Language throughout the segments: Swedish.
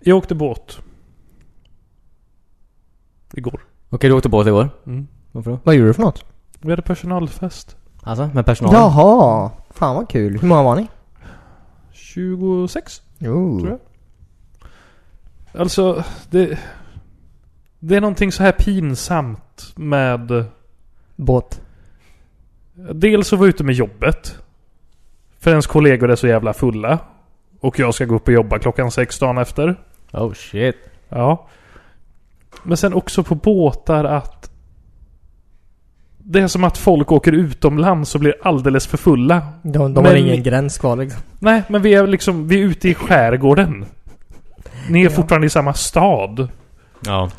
Jag åkte båt. Igår. Okej, du åkte båt igår. Mm. Varför då? Vad gjorde du för något? Vi hade personalfest. Alltså, med personalen? Jaha! Fan vad kul. Hur många var ni? 26? Tror Jo. jag. Alltså, det... Det är någonting så här pinsamt med... Båt. Dels att vara ute med jobbet. För ens kollegor är så jävla fulla. Och jag ska gå upp och jobba klockan sex dagen efter. Oh shit. Ja. Men sen också på båtar att... Det är som att folk åker utomlands och blir alldeles för fulla. De, Men- de har ingen gräns kvar liksom. Nej, men vi är liksom... Vi är ute i skärgården. Ni är Ja. fortfarande i samma stad. Ja.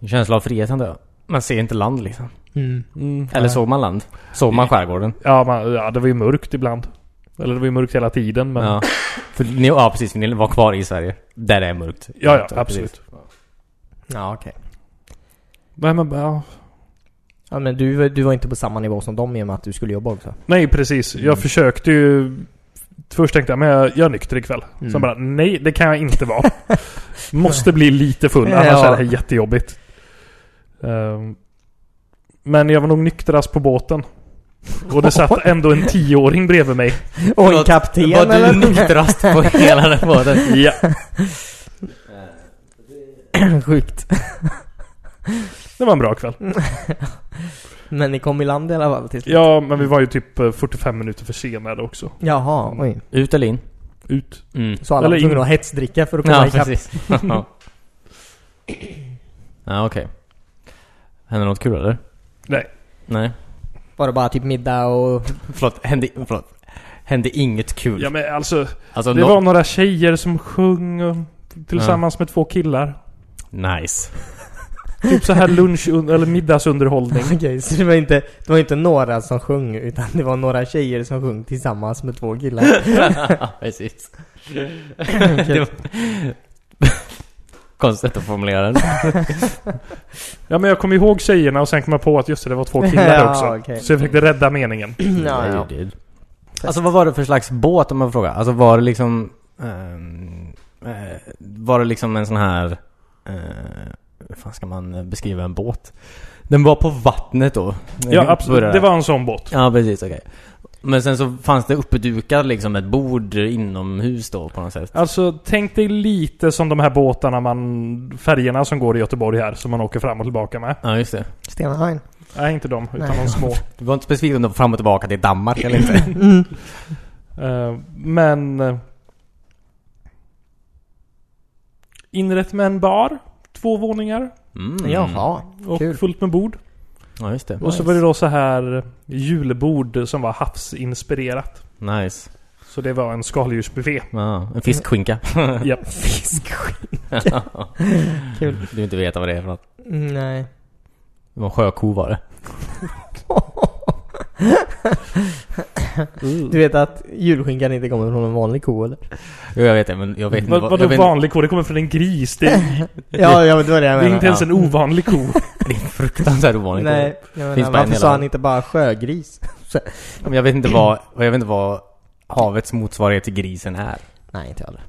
En känsla av frihet antar jag. Man ser inte land liksom. Mm. Eller såg man land? Såg man skärgården? Ja, man, ja, det var ju mörkt ibland. Eller det var ju mörkt hela tiden, men... Ja. För ni, ja precis, för ni var kvar i Sverige. Där det är mörkt. Ja, ja, Precis. absolut. Ja, okej. Nej, men ja. Ja, men du, du var inte på samma nivå som dem i och med att du skulle jobba också. Nej, precis. Jag försökte ju... Först tänkte jag, men jag, jag är nykter ikväll. Mm. Sen bara, nej det kan jag inte vara. Måste bli lite full, annars Ja. är det här jättejobbigt. Ehm, men jag var nog nykterast på båten. Och det satt ändå en tioåring bredvid mig. Och en Förlåt, kapten Var du eller? nykterast på hela den båten? Ja. Sjukt. Det var en bra kväll. Men ni kom i land i alla fall till slut. Ja, men vi var ju typ eh, 45 minuter försenade också. Jaha, oj. Ut eller in? Ut. Mm. Så alla Eller var tvungna in- att hetsdricka för att komma Ja, ikapp. precis. ja, ja okej. Hände något kul eller? Nej. Nej. Var det bara typ middag och... Förlåt, hände, förlåt. Hände inget kul? Ja, men alltså, alltså, det nå- var några tjejer som sjöng eh, tillsammans med två killar. Nice. Typ så här lunch eller middagsunderhållning. Okej, så det var, inte, det var inte några som sjöng utan det var några tjejer som sjöng tillsammans med två killar. Precis. Det var... Konstigt att formulera den. Ja men jag kom ihåg tjejerna och sen kom jag på att just det, det var två killar Ja, också. okej. Så jag försökte rädda meningen. ja, ja. Alltså vad var det för slags båt om man frågar? Alltså var det liksom... ehm, eh, var det liksom en sån här... eh, hur fan ska man beskriva en båt? Den var på vattnet då? Ja absolut, Började det var en sån båt. Ja precis, okej. Men sen så fanns det uppdukat liksom ett bord inomhus då på något sätt? Alltså tänk dig lite som de här båtarna man... Färjorna som går i Göteborg här som man åker fram och tillbaka med. Ja just det. Stena Line. Nej inte de, utan Nej. de små. Det var inte specifikt om det var fram och tillbaka till Danmark eller inte? Eh, men... eh, Inrett med en bar. Två våningar. Mm. Jaha. Och Kul. fullt med bord. Ja just det. Och så Nice. var det då så här julbord som var havsinspirerat. Nice. Så det var en skaldjursbuffé. Ja, en fiskskinka. Ja. Kul. Du inte vet vad det är för något. Nej. Det var en sjöko var det. Du vet att julskinkan inte kommer från en vanlig ko eller? Jo jag vet det men jag vet inte Vad, vadå jag vet vanlig ko? Det kommer från en gris. Det är, Ja, ja men det var det jag det är menade. inte ens en ovanlig ko. Det är fruktansvärt ovanligt. Nej, jag Finns menar, bara en varför i sa landet. han inte bara sjögris? Men jag vet inte vad, jag vet inte vad havets motsvarighet till grisen är. Nej, inte jag heller.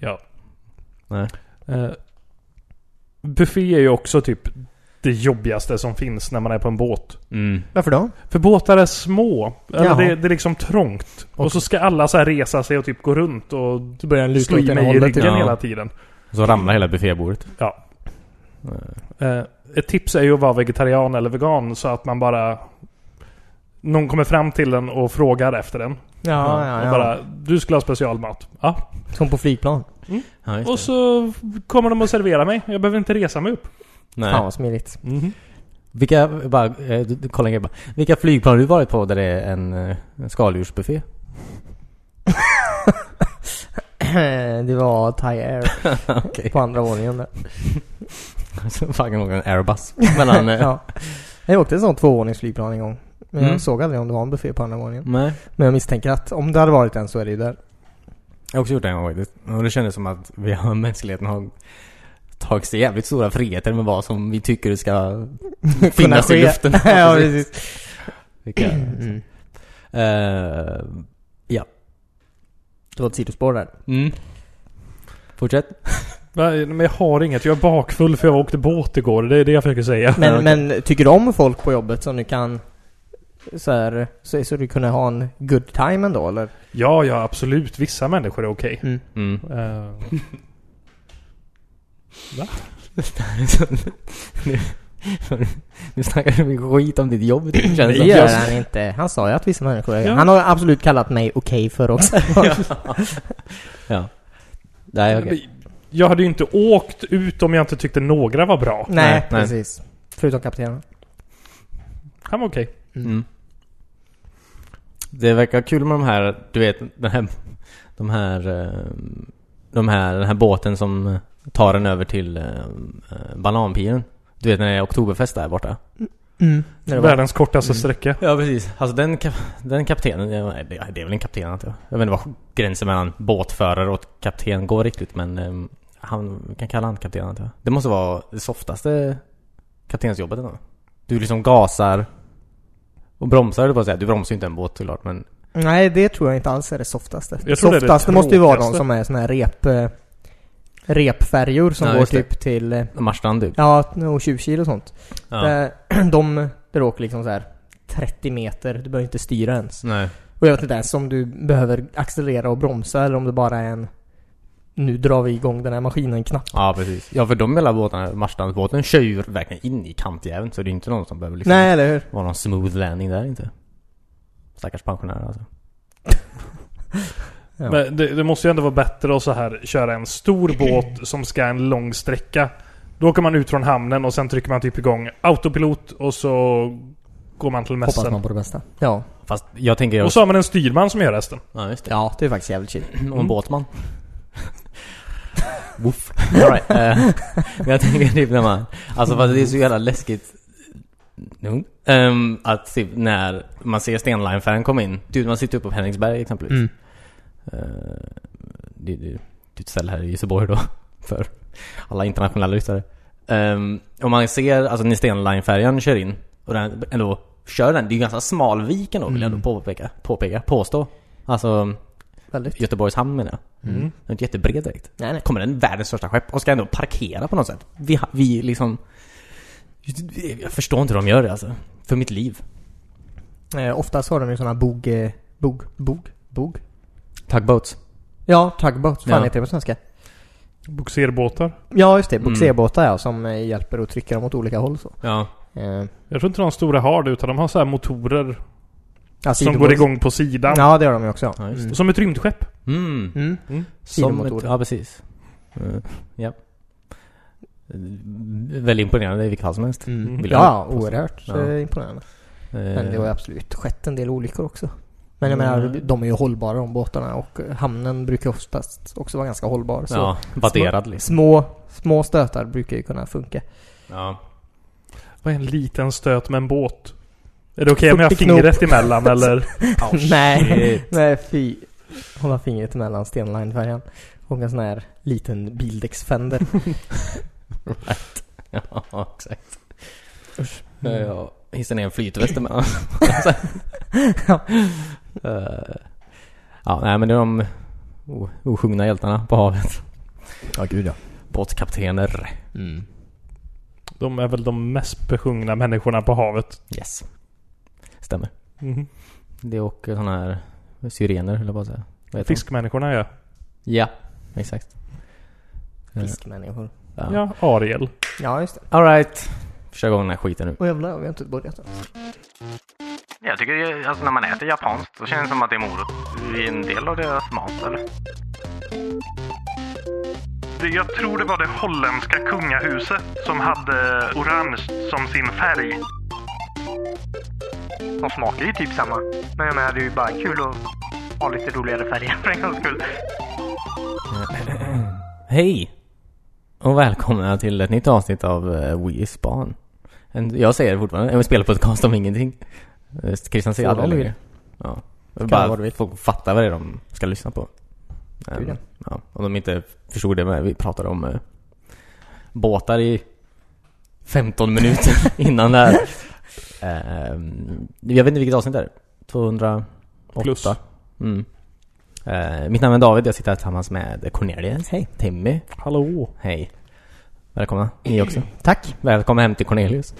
ja. Nej. Eh, buffé är ju också typ det jobbigaste som finns när man är på en båt. Mm. Varför då? För båtar är små. Eller Jaha. det, det är liksom trångt. Och så ska alla så här resa sig och typ gå runt och Du börjar en slå i luta mig i ryggen ja. hela tiden. Så ramlar hela buffébordet. Ja. Eh, ett tips är ju att vara vegetarian eller vegan så att man bara... Någon kommer fram till den och frågar efter den. Ja, ja, och ja. bara, du skulle ha specialmat. Ja, Som på flygplan. Ja, just Och det. så kommer de att servera mig. Jag behöver inte resa mig upp. Nej. Fan vad smidigt. Vilka, bara, eh, du- du- kolla en grej bara. Vilka flygplan har du varit på där det är en, eh, en skaldjursbuffé? Det var Thai Air Okej. på andra våningen där. Så Fucking någon airbus. Mellan... eh, Ja. Jag åkte en sån tvåvåningsflygplan en gång. Men Mm. jag såg aldrig om det var en buffé på andra våningen. Nej. Men jag misstänker att om det hade varit en så är det ju där. Jag har också gjort det en gång faktiskt. Och det kändes som att vi har, mänskligheten har tagit sig jävligt stora friheter med vad som vi tycker ska finnas i ske. luften. Alltså, ja, precis. Vilka, Mm. eh, Det var ett sidospår där. mm. Fortsätt. Nej, men jag har inget. Jag är bakfull för jag åkte båt igår. Det är det jag försöker säga. Men, Ja, okej. men tycker du om folk på jobbet som du kan så här, så, så du kunde ha en good time ändå eller? Ja, ja absolut. Vissa människor är okej. Mm. Mm. Eh, nu snackar du mycket skit om ditt jobb. Det känns Det som. gör han inte. Han sa ju att vissa människor är Ja. Han har absolut kallat mig okej för också. ja. Nej, okej. Jag hade ju inte åkt ut om jag inte tyckte några var bra. nej, Nej, nej. precis. Förutom kaptenen. Han var okej. Mm. Det verkar kul med de här, du vet, den här, de här, eh, de här, den här båten som tar en över till eh, eh, bananpiren. Du vet när det är oktoberfest där borta? Mm. Det var- Mm. Världens kortaste sträcka. Ja precis. Alltså den, kap- den kaptenen, ja, nej, det, det är väl en kapten antar jag. Jag vet inte vad gränsen mellan båtförare och kapten går riktigt men eh, han, vi kan kalla han kapten antar jag. Det måste vara det softaste kaptensjobbet ändå. Du liksom gasar och bromsar du på att säga. Du bromsar ju inte en båt såklart men Nej, det tror jag inte alls är det softaste. tror det är det Det softaste måste ju vara de tråkigaste. som är såna här rep, eh, repfärjor som Ja, går just det. typ till eh, Marstrand typ. ja, och 20 kilo och sånt. Ja. Där, de, där åker liksom så här 30 meter, du behöver inte styra ens. Nej. Och jag vet inte ens om du behöver accelerera och bromsa eller om det bara är en nu drar vi igång den här maskinen knappt. Ja precis. Ja för de hela båtarna, Marstrandsbåten kör ju verkligen in i kantjäveln så det är inte någon som behöver liksom Nej, eller hur? vara någon smooth landing där inte. Stackars pensionärer alltså. Ja. Men det, det måste ju ändå vara bättre att så här köra en stor båt som ska en lång sträcka. Då åker man ut från hamnen och sen trycker man typ igång autopilot och så går man till Hoppas mässan. man på det bästa. Ja. Fast jag tänker... Och så har man en styrman som gör resten. Ja just det. Ja, det är faktiskt jävligt chill. Och en båtman. Woof. Alright. eh, men jag tänker typ när man... Alltså för att det är så jävla läskigt. Jo. Ehm, att typ när man ser Stenline-färjan komma in. Typ man sitter uppe på Henriksberg exempelvis. Mm. Eh, det, det, det är ett ställe här i Göteborg då. För alla internationella lyssnare. Um, om man ser, alltså när Stena Line-färjan kör in. Och den ändå kör den. Det är ju ganska smal vik ändå vill jag ändå påpeka, påpeka, påstå. Alltså Väldigt. Göteborgs hamn menar jag. Mm. Den är inte jättebred direkt. Nej, nej. Kommer den världens största skepp och ska ändå parkera på något sätt. Vi, ha- vi liksom... Jag förstår inte hur de gör det alltså. För mitt liv. Eh, oftast har de ju såna bog... eh, Bog? Bog? Bog? Tugboats. Ja, tugboat. Fan Ja. heter det på svenska? Bogserbåtar. Ja, just det. Mm. Bogserbåtar ja, som eh, hjälper att trycka dem åt olika håll så. Ja. Eh, Jag tror inte de stora har det utan de har så här motorer ja, som sidobog- går igång på sidan. Ja, det gör de ju också. Ja, just det. Som ett rymdskepp. Mm. Mm. Som ett, Sidomotor. ja, precis. Eh, ja. Väldigt imponerande i vilket fall som helst. Mm. Mm. Vill Ja, jag påstå. oerhört Ja. eh, imponerande. Men det har ju Eh, absolut skett en del olyckor också. Men jag Mm. menar, de är ju hållbara de båtarna och eh, hamnen brukar ju oftast också vara ganska hållbar. Så Eh, ja, värderad liksom. små, små stötar brukar ju kunna funka. Ja. Vad är en liten stöt med en båt? Är det okej om jag har 40 knop. fingret emellan eller? Nej, shit. nej fy. Hålla fingret emellan Stenline-färjan och en sån här liten bildäcksfender. ja, exakt. Mm. Jag hissade ner en flytväst emellan. Eh, ja, nej men det är de o- osjungna hjältarna på havet. Ja, gud ja. Båtkaptener. Mm. De är väl de mest besjungna människorna på havet. Yes. Stämmer. Mhm. Det åker sådana här syrener, eller vad säger jag? Fiskmänniskorna ja. Ja, exakt. Eh, Fiskmänniskor. Ja. Ja, Ariel. Ja, just det. Alright. Kör igång den här skiten nu. Och jävlar, vi har inte börjat än. Jag tycker det, alltså när man äter japanskt så känns det som att det är morot. Det är en del av deras mat eller? Det- Jag tror det var det holländska kungahuset som hade orange som sin färg. De smakar ju typ samma. Men jag menar, det är ju bara kul att ha lite roligare färger för en gångs skull. Hej! Och välkomna till ett nytt avsnitt av uh, We is Barn. En, jag säger det fortfarande, en spelpodcast om ingenting. Eh, Christian säger Får aldrig vad du längre. Ja. Jag Kan vad bara du vill. folk fattar vad det är de ska lyssna på. Eh, Gud, ja. ja. Om de inte förstod det med, vi pratade om eh, båtar i 15 minuter innan det här. Ehm, Eh, jag vet inte vilket avsnitt det är. 208? Plus. Mm. Eh, mitt namn är David, jag sitter här tillsammans med Cornelius. Hej. Timmy. Hallå! Hej. Välkomna, ni också. Tack. Välkomna hem till Cornelius.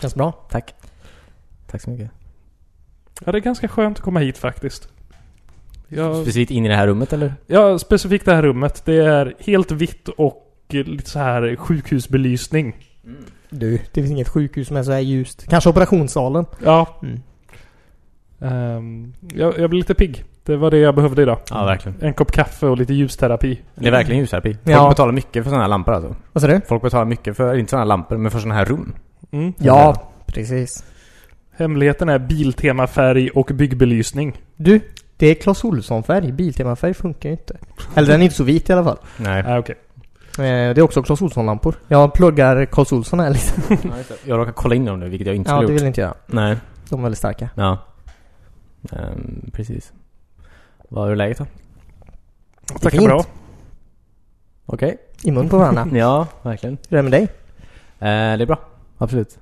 Känns bra. Tack. Tack så mycket. Ja, det är ganska skönt att komma hit faktiskt. Jag, Specifikt in i det här rummet eller? ja, specifikt det här rummet. Det är helt vitt och lite så här sjukhusbelysning. Du, det finns inget sjukhus som är så här ljust. Kanske operationssalen. Ja. Mm. Ehm, jag, jag blir lite pigg. Det var det jag behövde idag. Ja, verkligen. En kopp kaffe och lite ljusterapi. Det är verkligen ljusterapi. Folk Ja. betalar mycket för sådana här lampor alltså. Vad sa du? Folk betalar mycket för, inte sådana här lampor, men för sådana här rum. Mm. Ja, precis. Hemligheten är Biltema färg och byggbelysning. Du, det är Clas Ohlson-färg. Biltema-färg funkar ju inte. Eller den är inte så vit i alla fall. Nej. Ah, okej. Eh, Det är också Clas Ohlson-lampor. Jag pluggar Clas Ohlson här lite. Jag råkar kolla in dem nu, vilket jag inte Ja, skulle det gjort. vill inte jag. Nej. De är väldigt starka. Ja. Ehm, precis. Vad är läget då? Tackar fint. bra. Okej. I mun på varandra. Ja, verkligen. Hur är det med dig? Eh, det är bra. Absolut.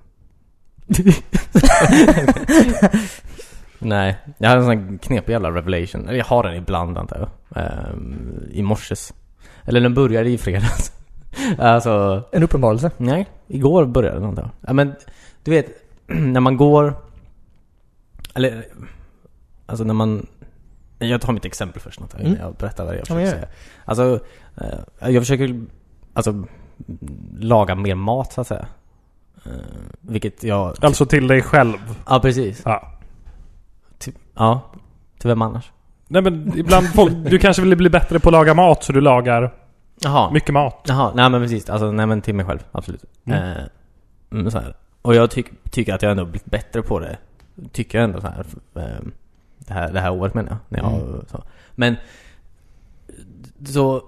Nej, jag hade en sån här knepig jävla revelation. Eller jag har den ibland antar jag. Ehm, I morses. Eller den började i fredags. alltså, En uppenbarelse. nej. Igår började den antar jag. Ja, men du vet, när man går... Eller, alltså när man... Jag tar mitt exempel först antar jag, innan Mm. jag berättar vad jag Ja, men försöker gör säga. Alltså, eh, jag försöker alltså, laga mer mat så att säga. Eh, vilket jag... Alltså till dig själv. Ja, precis. Ja. Till, ja, till vem annars? Nej men ibland folk, Du kanske vill bli bättre på att laga mat så du lagar Jaha. mycket mat. Jaha, nej men precis. Alltså, nej men till mig själv. Absolut. Mm. Eh, mm, så här. Och jag tyck- tycker att jag ändå blivit bättre på det. Tycker jag ändå så här. eh, det här, det här året menar jag. När jag så. Men så...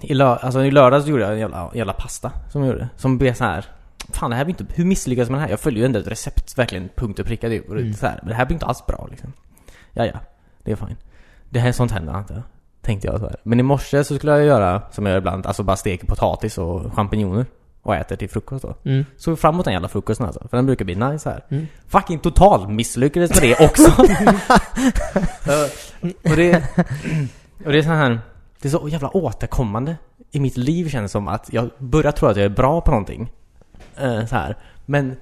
I, lö- alltså, I lördags gjorde jag en jävla, jävla pasta som jag gjorde. Som blev så här. Fan det här blir inte... Hur misslyckas man med det här? Jag följer ju ändå ett recept verkligen punkt och pricka. typ. Och det är Mm. så här, men det här blir inte alls bra liksom. Ja, ja. Det är fine. Det här sånt händer antar jag. Tänkte jag så här. Men i morse så skulle jag göra som jag gör ibland. Alltså bara steker potatis och champinjoner. Och äter till frukost då. Mm. Såg fram emot den jävla frukosten alltså. För den brukar bli nice här. Mm. Fucking total misslyckades med det också. Eh, och det... Och det är så här... Det är så jävla återkommande i mitt liv känns det som att jag börjar tro att jag är bra på någonting. Eh, så här. Men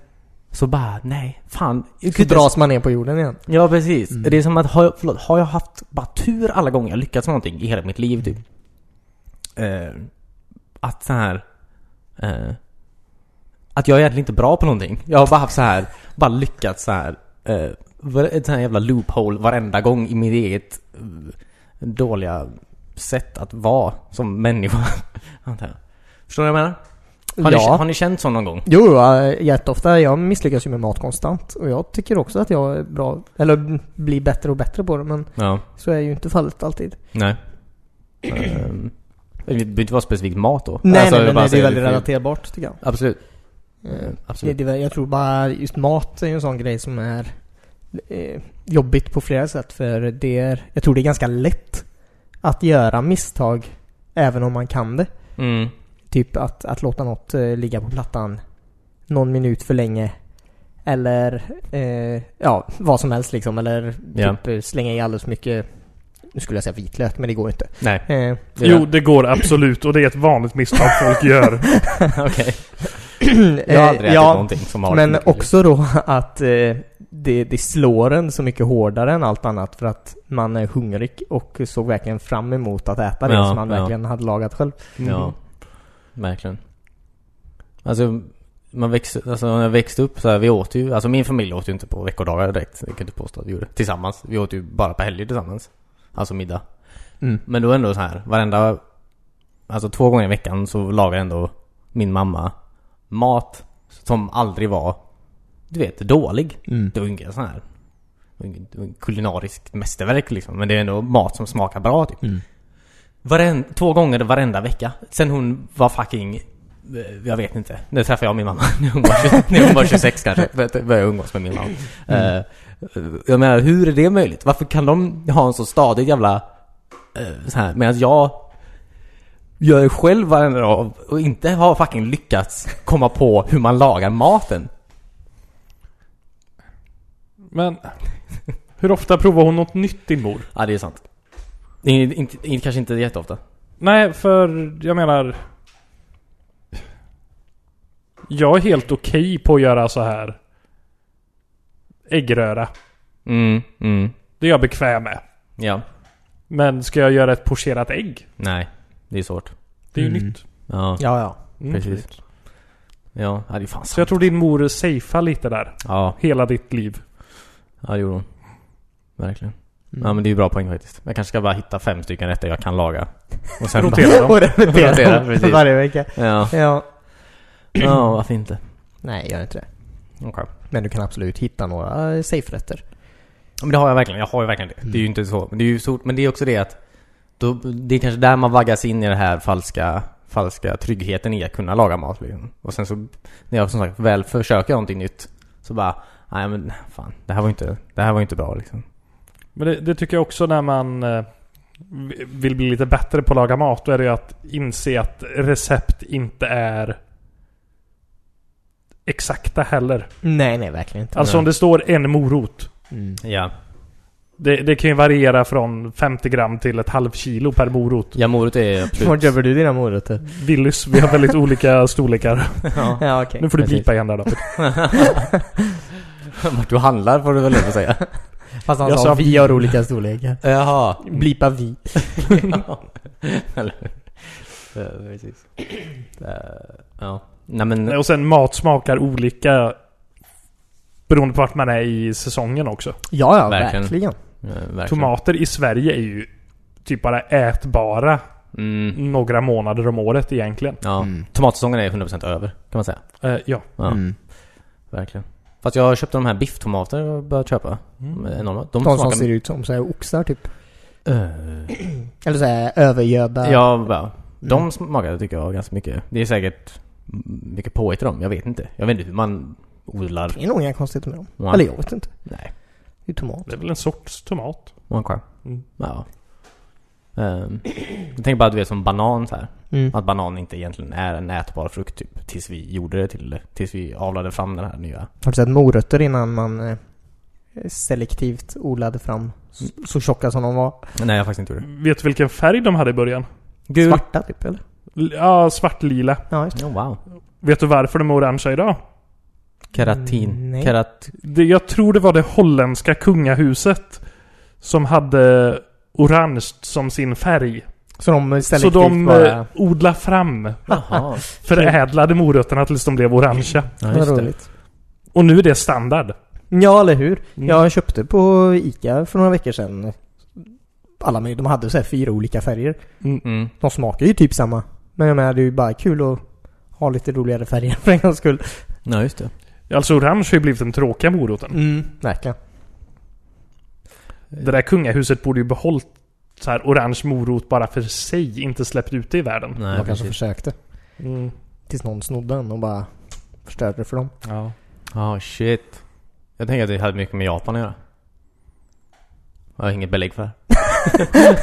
så bara, nej, fan. Jag Så kunde inte ens- dras man ner på jorden igen. Ja precis. Det är som att, har jag, förlåt, har jag haft bara tur alla gånger jag lyckats med någonting i hela mitt liv typ? Eh, att så här eh, Att jag är egentligen inte bra på någonting. Jag har bara haft så här bara lyckats så här eh, var- ett sån här jävla loophole varenda gång i mitt eget eh, dåliga sätt att vara som människa. Antar jag. Förstår du vad jag menar? Har, ni, har Ja. ni känt så någon gång? Jo, äh, jätteofta. Jag misslyckas ju med mat konstant. Och jag tycker också att jag är bra, eller b- blir bättre och bättre på det. Men Ja. så är ju inte fallet alltid. Nej. Ehm, Det behöver inte vara specifikt mat då. Nej, Alltså, nej, jag men bara det är ju säger Mm. väldigt för- relaterbart tycker jag. Absolut. Eh, Det, Absolut. det, är väl- jag tror bara just mat är ju en sån grej som är eh, jobbigt på flera sätt. För det är, jag tror det är ganska lätt att göra misstag även om man kan det. Mm. Typ att, att låta något eh, ligga på plattan någon minut för länge. Eller eh, ja, vad som helst liksom. Eller typ Ja. eh, slänga i alldeles för mycket, nu skulle jag säga vitlök, men det går ju inte. Nej. Eh, det är Jo, det går absolut och det är ett vanligt misstag folk gör. det. Okej. Jag har aldrig ätit eh, ja, någonting som har varit Men mycket också då att eh, det, det slår en så mycket hårdare än allt annat för att man är hungrig och såg verkligen fram emot att äta det Ja, som man ja. verkligen hade lagat själv. Mm. liv. Ja. Verkligen. Alltså, man växte, alltså när jag växte upp så här, vi åt ju, alltså min familj åt ju inte på veckodagar direkt. Jag kan inte påstå att vi gjorde. Tillsammans. Vi åt ju bara på helger tillsammans. Alltså middag. Mm. Men då ändå så här, varenda... Alltså två gånger i veckan så lagar ändå min mamma mat som aldrig var, du vet, dålig. Mm. Det var inga sån här... det var inget- det var inget kulinariskt mästerverk liksom. Men det är ändå mat som smakar bra typ. Mm. Varen, två gånger varenda vecka. Sen hon var fucking... eh, Jag vet inte. Nu träffade jag min mamma när hon var, 20, när hon var 26 kanske. För att jag Började umgås med min mamma. Eh, jag menar, hur är det möjligt? Varför kan de ha en så stadig jävla... eh, så här, medan jag gör det själv varenda dag och inte har fucking lyckats komma på hur man lagar maten. Men... Hur ofta provar hon något nytt din mor? Ja, det är sant. Det är inte, inte, kanske inte jätteofta. Nej, för jag menar... Jag är helt okej på att göra så här. Äggröra. Mm, mm. Det är jag bekväm med. Ja. Men ska jag göra ett pocherat ägg? Nej. Det är svårt. Det är ju Mm. nytt. Ja. Ja, ja. Mm. Precis. Ja, ja det är fan Så jag sant. tror din mor safear lite där. Ja, Hela ditt liv. ja, det gjorde hon. Verkligen. Mm. Ja men det är ju bra poäng faktiskt. Jag kanske ska bara hitta fem stycken rätter jag kan laga. Och sen bara, Rotera dem. Mm. Och repetera Repetera, dem precis. varje vecka. Ja. Ja. ja, varför inte? Nej, gör inte det. Okej. Men du kan absolut hitta några eh, safe-rätter. Men det har jag verkligen. Jag har ju verkligen det. Mm. Det är ju inte så. Men det är ju stort. Men det är också det att då, det är kanske där man vaggas in i det här falska, falska tryggheten i att kunna laga mat. Liksom. Och sen så, när jag som sagt väl försöker någonting nytt så bara, nej men fan, det här var ju inte, det här var ju inte bra liksom. Men det, det tycker jag också när man eh, vi- vill bli lite bättre på att laga mat. Då är det ju att inse att recept inte är exakta heller. Nej, nej, verkligen inte. Alltså om det står en morot. Mm. Ja. Det, det kan ju variera från 50 gram till ett halvt kilo per morot. Ja, morot är Vart absolut... gömmer du dina morötter? Willys, vi har väldigt olika storlekar. ja. Ja, okej. Nu får du Precis. bipa igen där då. Vart du handlar får du väl lov att säga. Fast han Jag sa sa vi har olika storlekar. Jaha. Blipa vi. Ja. Eller hur? Eh, Precis. Eh, Ja. Nej men... eh, Och sen mat smakar olika beroende på vart man är i säsongen också. Ja, ja, verkligen. Verkligen. verkligen. eh, verkligen. Tomater i Sverige är ju typ bara ätbara Mm. några månader om året egentligen. Ja. Mm. Tomatsäsongen är 100% över, kan man säga. Eh, ja. Ja, Mm. verkligen. Fast jag köpte de här bifftomater och började köpa. De är Mm. Enorma. De, De som smakar... ser ut som så här oxar typ. Eh, Eller så här övergöda. ja, ja. De Äh. Mm. smakade tycker jag ganska mycket. Det är säkert mycket påhitt i dem. Jag vet inte. Jag vet inte hur man odlar. Det är nog inga konstigheter med dem. Nej. Eller jag vet inte. Nej. Det är tomat. Det är väl en sorts tomat. Okej. Mm. Ja. Um, jag tänker bara att du är som banan så här. Mm. Att banan inte egentligen är en ätbar frukt typ. Tills vi gjorde det till Tills vi avlade fram den här nya. Har du sett morötter innan man eh, selektivt odlade fram s- Mm. så tjocka som de var? Nej, jag har faktiskt inte gjort det. Vet du vilken färg de hade i början? Gul. Svarta typ eller? L- Ja, svartlila. Ja, just det. Oh, wow. Vet du varför de är orangea idag? Keratin. Mm, nej. Kerat... Det, jag tror det var det holländska kungahuset som hade orange som sin färg. Så de Så selektivt de bara... eh, bara... odlade fram Jaha. förädlade morötterna tills de blev orangea. Ja, Vad just det. roligt. Och nu är det standard. Ja, eller hur? Mm. Jag köpte på Ica för några veckor sedan. Alla möj- de hade så här fyra olika färger. Mm. De smakar ju typ samma. Men jag menar, det är ju bara kul att ha lite roligare färger för en gångs skull. Ja, just det. Alltså orange har ju blivit den tråkiga moroten. Mm, verkligen. Det där kungahuset borde ju behållit så här orange morot bara för sig, inte släppt ut det i världen. De Nej, kanske precis. försökte. Tills någon snodde den och bara förstörde det för dem. Ja. Ja, shit. Jag tänker att det hade mycket med Japan att göra. Jag har inget belägg för det här.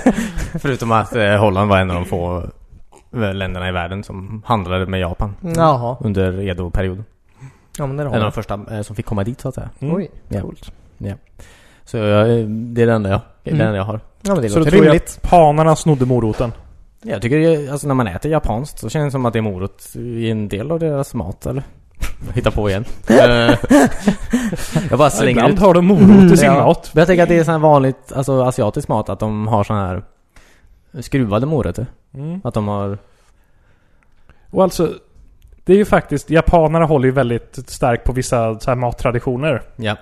Förutom att eh, Holland var en av de få eh, länderna i världen som handlade med Japan. Jaha. Under Edo-perioden. Ja men där har En av de jag. första eh, som fick komma dit så att säga. Mm. Oj, Ja. coolt. Så jag, eh, det är det enda jag, det är det Mm. enda jag har. Ja men det Så då låter tror rimligt. japanerna snodde moroten. Jag tycker det är- alltså när man äter japanskt så känns det som att det är morot i en del av deras mat eller? Hitta på igen. Eh, jag bara slänger ut Ibland har de morot i sin Ja. mat. Men jag tänker att det är sån här vanligt, alltså asiatisk mat, att de har sån här skruvade morötter. Att de har... Och alltså, det är ju faktiskt, japanerna håller ju väldigt starkt på vissa så här mattraditioner. Ja.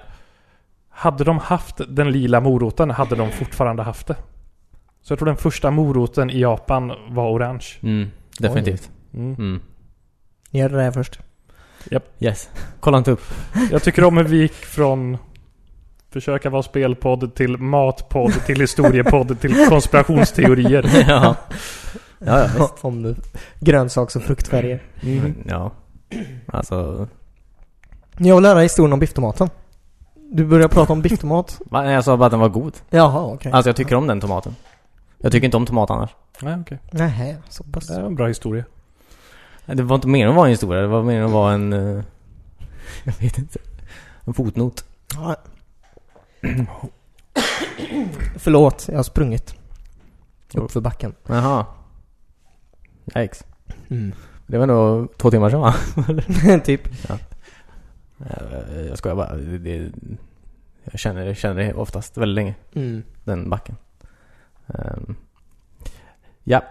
Hade de haft den lila moroten hade de fortfarande haft det. Så jag tror den första moroten i Japan var orange. Mm, definitivt. Mm. Mm. Ni hörde det här först. Yes. Kolla inte upp. Jag tycker om hur vi gick från försöka vara spelpodd till matpodd till historiepodd till konspirationsteorier. ja. Ja, ja, visst. Om du- grönsaks och fruktfärger. Mm. Ja. Alltså... Jag vill höra historien om bifftomaten. Du börjar prata om bifftomat. va? Nej, Jag sa bara att den var god. Jaha, okej. Alltså jag tycker om den tomaten. Jag tycker inte om tomat annars. Nej, okej. Nähä, så pass. Det är en bra historia. Det var inte mer än att vara en historia, det var mer än att vara en... eh, Jag vet inte. En fotnot. Ja. Förlåt, jag har sprungit. Upp för backen. Jaha. Yikes. Det var nog två timmar sedan va? typ. Eh, Jag skojar bara. Det, det, jag känner, jag känner det oftast väldigt länge. Mm. Den backen. Ehm, ja.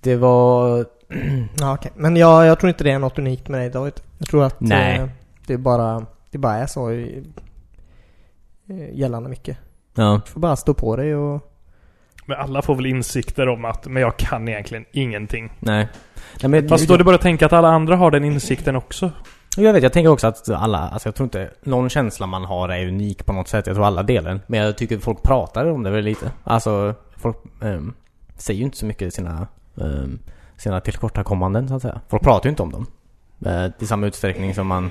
Det var... Ja, okej. Men jag, jag tror inte det är något unikt med dig David. Jag tror att Nej. eh, det, är bara, det bara är så i, eh, gällande mycket. Ja. Du får bara stå på dig och... Men alla får väl insikter om att men jag kan egentligen ingenting. Nej. Nej men, Fast då är det bara att tänka att alla andra har den insikten också. Jo, Jag vet, jag tänker också att alla, alltså jag tror inte någon känsla man har är unik på något sätt. Jag tror alla delar. Men jag tycker folk pratar om det väl lite. Alltså, folk ehm, säger ju inte så mycket sina, ehm, sina tillkortakommanden så att säga. Folk pratar ju inte om dem. Eh, I samma utsträckning som man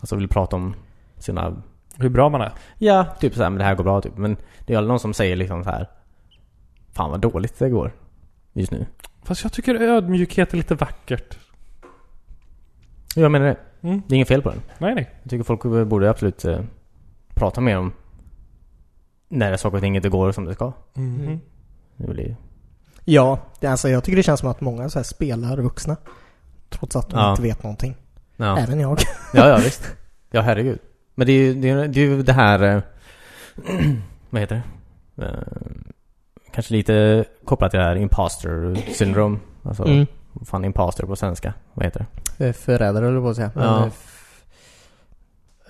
alltså vill prata om sina Hur bra man är. Ja, typ såhär, men det här går bra typ. Men det är aldrig någon som säger liksom så här. Fan vad dåligt det går just nu. Fast jag tycker ödmjukhet är lite vackert. Jag menar det. Mm. Det är inget fel på den. Nej, nej. Jag tycker folk borde absolut eh, prata mer om när saker och ting inte går som det ska. Mhm. Det blir, Ja, det, alltså jag tycker det känns som att många så här spelar vuxna. Trots att de Ja. inte vet någonting. ja. Även jag. ja, ja visst. Ja, herregud. Men det är ju det, är, det, är ju det här... eh, vad heter det? Eh, kanske lite kopplat till det här imposter syndrome. Alltså, Mm. vad fan imposter på svenska. Vad heter Eh, Förrädare eller på att säga. Men, Ja. eh,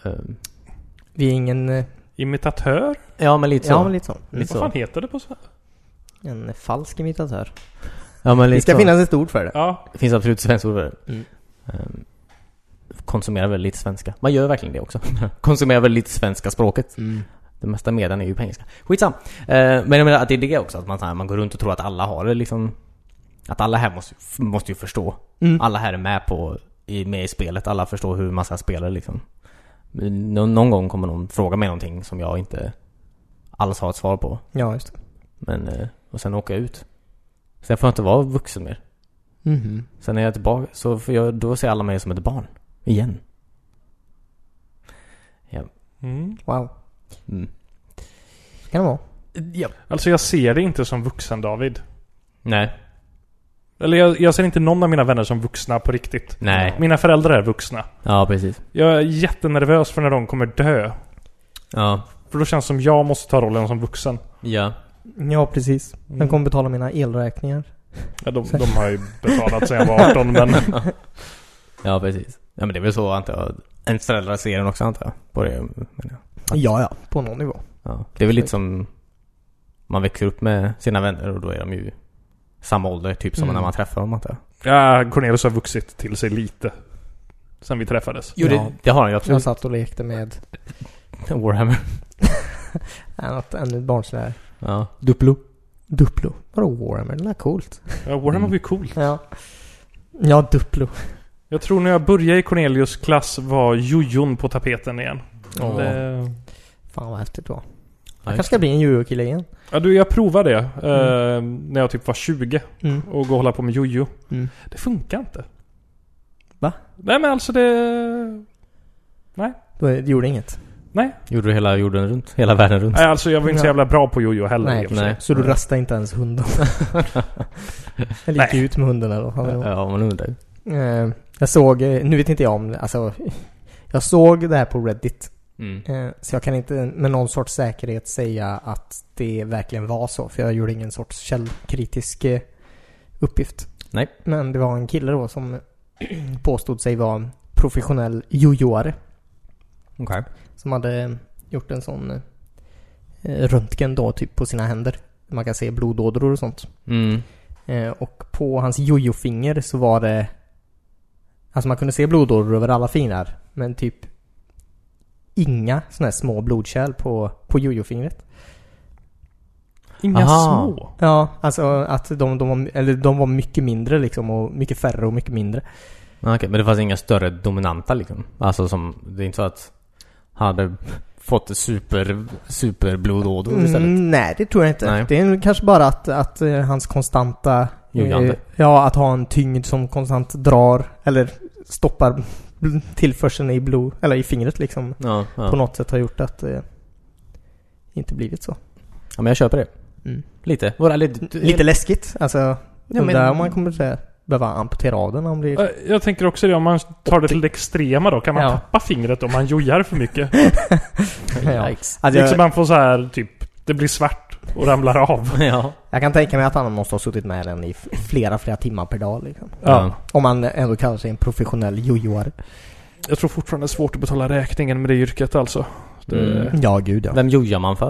det? Eh, Vi är ingen... eh, Imitatör? ja, men lite så. Ja, men lite så. Mm. Lite Vad så. fan heter det på svenska? En falsk imitatör. Ja, men lite Det ska så. finnas ett ord för det. Ja. Det finns absolut svenskt ord för det. Mm. Ehm, konsumerar väl lite svenska. Man gör verkligen det också. konsumerar väl lite svenska språket. Det mesta medan är ju på engelska. Skitsam. Eh, men jag menar att det är det också, att man, så här, man går runt och tror att alla har det liksom... Att alla här måste, f- måste ju förstå. Mm. Alla här är med på... i- Med i spelet. Alla förstår hur man ska spela liksom. Men Nå, någon gång kommer någon fråga mig någonting som jag inte alls har ett svar på. Ja, just det. Men... eh, och sen åka ut. Sen får jag inte vara vuxen mer. Mhm. Sen när jag är tillbaka, så får jag, då ser alla mig som ett barn. Igen. Mm. Wow. Mm. Så kan det vara. Ja. Alltså jag ser det inte som vuxen David. Nej. Eller jag, jag ser inte någon av mina vänner som vuxna på riktigt. Nej. Mina föräldrar är vuxna. Ja, precis. Jag är jättenervös för när de kommer dö. Ja. För då känns det som jag måste ta rollen som vuxen. Ja. Ja, precis. Mm. Vem kommer betala mina elräkningar? Ja, de, de har ju betalat sedan jag var 18 men... Ja, precis. Ja, men det är väl så antar jag. En föräldrar ser den också antar jag. På det, menar jag. Ja, ja. På någon nivå. Ja. Det är väl lite som man växer upp med sina vänner och då är de ju samma ålder typ som Mm. när man träffar dem antar jag. Ja, Cornelius har vuxit till sig lite. Sen vi träffades. Jo, det- ja. det har de ju Jag absolut. satt och lekte med Warhammer. äh, något ännu barnsligare. Ja. Duplo. Duplo. Vadå Warhammer? Det lär coolt. Ja, Warhammer Mm. var ju cool. Ja. Ja, Duplo. Jag tror när jag började i Cornelius klass var jojon på tapeten igen. Ja. Det- Fan vad häftigt det var. Ja, Jag kanske ska bli en jojo-kille igen. Ja, du, jag provade det eh, när jag typ var 20 Mm. och gå och hålla på med jojo. Mm. Det funkar inte. Va? Nej men alltså det... Då- Det gjorde inget. Gjorde du hela jorden runt? Hela världen runt? Nej, alltså jag var inte så Ja. jävla bra på jojo heller. Nej, i och för sig. nej. Så du rastade inte ens hunden? Eller gick Nej. ut med hunden eller vad fan det var. Ja, man undrar ju. Eh, Jag såg, eh, nu vet inte jag om det, alltså. Jag såg det här på Reddit. Mm. eh, Så jag kan inte med någon sorts säkerhet säga att det verkligen var så. För jag gjorde ingen sorts källkritisk eh, uppgift. Nej. Men det var en kille då som påstod sig vara en professionell jojoare. Okej. Som hade gjort en sån eh, röntgen då typ på sina händer. Man kan se blodådror och sånt. Mm. Eh, och på hans jojofinger så var det... Alltså man kunde se blodådror över alla fingrar. Men typ inga såna här små blodkärl på, på jojofingret. Inga Aha. små. Ja, alltså att de, de, var, eller de var mycket mindre liksom och mycket färre och mycket mindre. Ja, Okej, men det fanns inga större dominanta liksom? Alltså som, det är inte så att han hade fått super, superblodådor istället? Mm, nej, det tror jag inte. Nej. Det är nog kanske bara att, att eh, hans konstanta... eh, Jojande. ja, att ha en tyngd som konstant drar eller stoppar bl- tillförseln i blod, eller i fingret liksom. Ja, ja. På något sätt har gjort att eh, inte blivit så. Ja men jag köper det. Mm. Lite. Våra, lite, Lite läskigt. Alltså, men- undrar om man kommer så här, behöva amputera av den om det... Eh, Jag tänker också det, om man tar det till det extrema då. Kan man Ja. tappa fingret om man jojar för mycket? ja. Yikes. Alltså, Liksom jag, man får så här typ, det blir svart och ramlar av. Ja. jag kan tänka mig att han måste ha suttit med den i f- flera, flera timmar per dag liksom. Ja. Om man ändå kallar sig en professionell jojoare. Jag tror fortfarande det är svårt att betala räkningen med det yrket alltså. Det, Mm. Ja, gud ja. Vem jojar man för?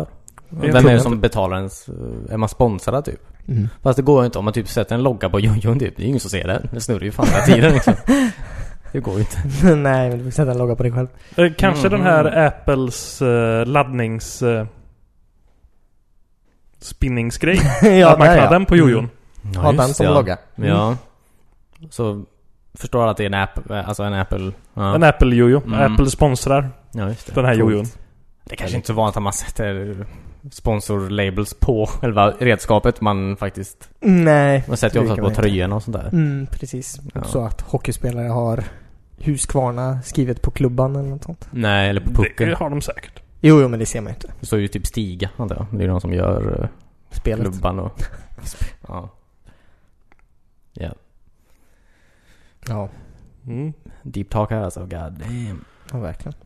Jag Vem tror är det inte. som betalar ens... Är man sponsrad typ? Mm. Fast det går ju inte om man typ sätter en logga på jojon typ. Det är ju ingen som ser den. Den snurrar ju fan hela tiden liksom. Det går ju inte. Nej, men du får sätta en logga på dig själv. Eh, Kanske Mm. den här Apples eh, laddnings... Eh, spinningsgrej. ja, att man där, knallar ja. Mm. den på Mm. jojon. Ja, Ha den just som det, ja. logga. Mm. Ja. Så förstår alla att det är en Apple, alltså en Apple... Ja, En Apple-jojo. Mm. Apple sponsrar ja just det. den här Coolt. jojon. Det kanske inte är så vanligt att man sätter sponsor-labels på själva redskapet man faktiskt... Nej. Man sätter ju ofta på Stryker man inte. tröjorna och sånt där. Mm, precis. Ja. Så att hockeyspelare har Huskvarna skrivet på klubban eller något sånt. Nej, eller på pucken. Det har de säkert. Jo, jo, men det ser man ju inte. Det står ju typ Stiga, antar jag. Det är ju någon som gör eh, Spelet. klubban och... Ja. Ja, Mm. Deep talk här alltså, god damn. ja verkligen.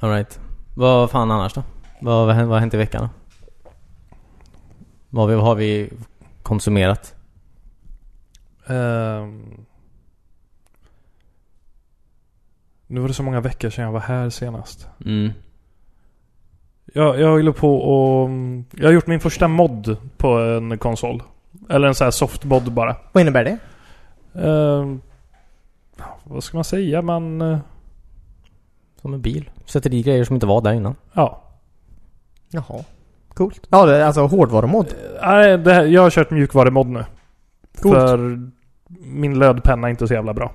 Alright. Vad fan annars då? Vad, vad, hän- vad har hänt i veckan då? Vad, vi- vad har vi konsumerat? Ehm. nu var det så många veckor sedan jag var här senast. Mm. Jag, jag håller på och... Jag har gjort min första mod på en konsol. Eller en sån här softmod bara. Vad innebär det? Ehm, vad ska man säga? Man... eh, Som en bil. Sätter i grejer som inte var där innan. Ja. Jaha. Coolt. Ja, det är alltså hårdvarumod. Nej, det här, jag har kört mjukvarumod nu. Coolt. För min lödpenna är inte så jävla bra.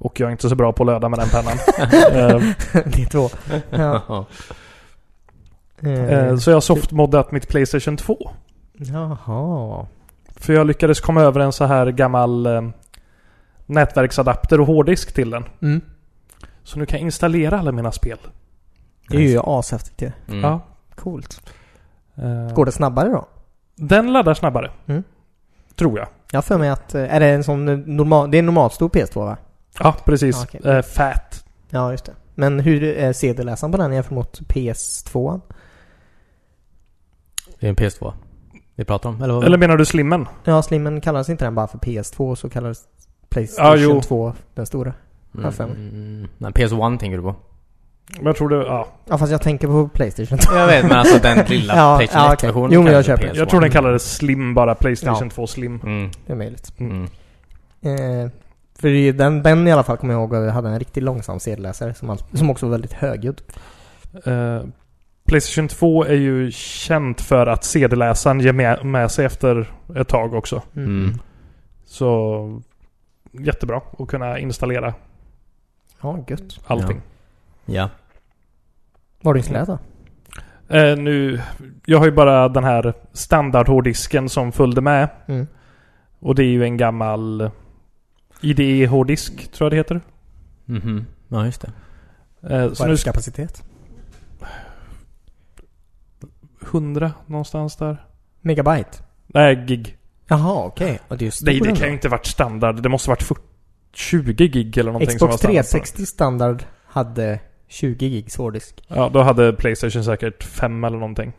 Och jag är inte så bra på att löda med den pennan. Ehm, det är två. Ja. eh, Eh, så jag har softmoddat mitt Playstation 2. Jaha. För jag lyckades komma över en så här gammal eh, nätverksadapter och hårddisk till den. Mm. Så nu kan jag installera alla mina spel. Det är ju ashäftigt ju. Mm. Ja. Coolt. Ehm, Går det snabbare då? Den laddar snabbare. Mm. Tror jag. Jag har för mig att... eh, Är det en sån eh, normal... Det är en normalt stor PS2 va? Ja, precis. Ja, okej. Eh, fat. Ja, just det. Men hur är CD-läsaren på den jämfört mot PS2? Det är en PS2. Vi pratar om, eller vad? Eller menar du slimmen? Ja, slimmen kallades inte den bara för PS2 så kallades Playstation jo. 2 den stora. har för mig. mm, nej, PS1 tänker du på? Men jag tror det, ja. Ja, fast jag tänker på Playstation 2. Jag vet, men alltså den lilla Ja, Playstation ja, 1-versionen okej. Jo, men jag kallas för köper. PS1. Jag tror den kallades Slim bara, Playstation 2 Slim. Mm. Det är möjligt. Mm. Eh, för det är ju den, den i alla fall kommer jag ihåg att hade en riktigt långsam CD-läsare som, all- som också var väldigt högljudd. Eh, Playstation 2 är ju känt för att CD-läsaren ger med, med sig efter ett tag också. Mm. Så jättebra att kunna installera Ja, gött. allting. Ja. Var du installerat då? Eh, nu, jag har ju bara den här standardhårddisken som följde med. Mm. Och det är ju en gammal IDE-hårddisk, tror jag det heter. Mhm. Ja, just det. Eh, så nu ska kapacitet? 100 någonstans där. Megabyte. Nej, gig. Jaha, okej. Och det är ju stor Nej, det ändå. kan ju inte varit standard. Det måste varit 40, 20 gig eller någonting som var Xbox standard. 360 standard hade 20 gigs hårddisk. Ja, då hade Playstation säkert 5 eller någonting.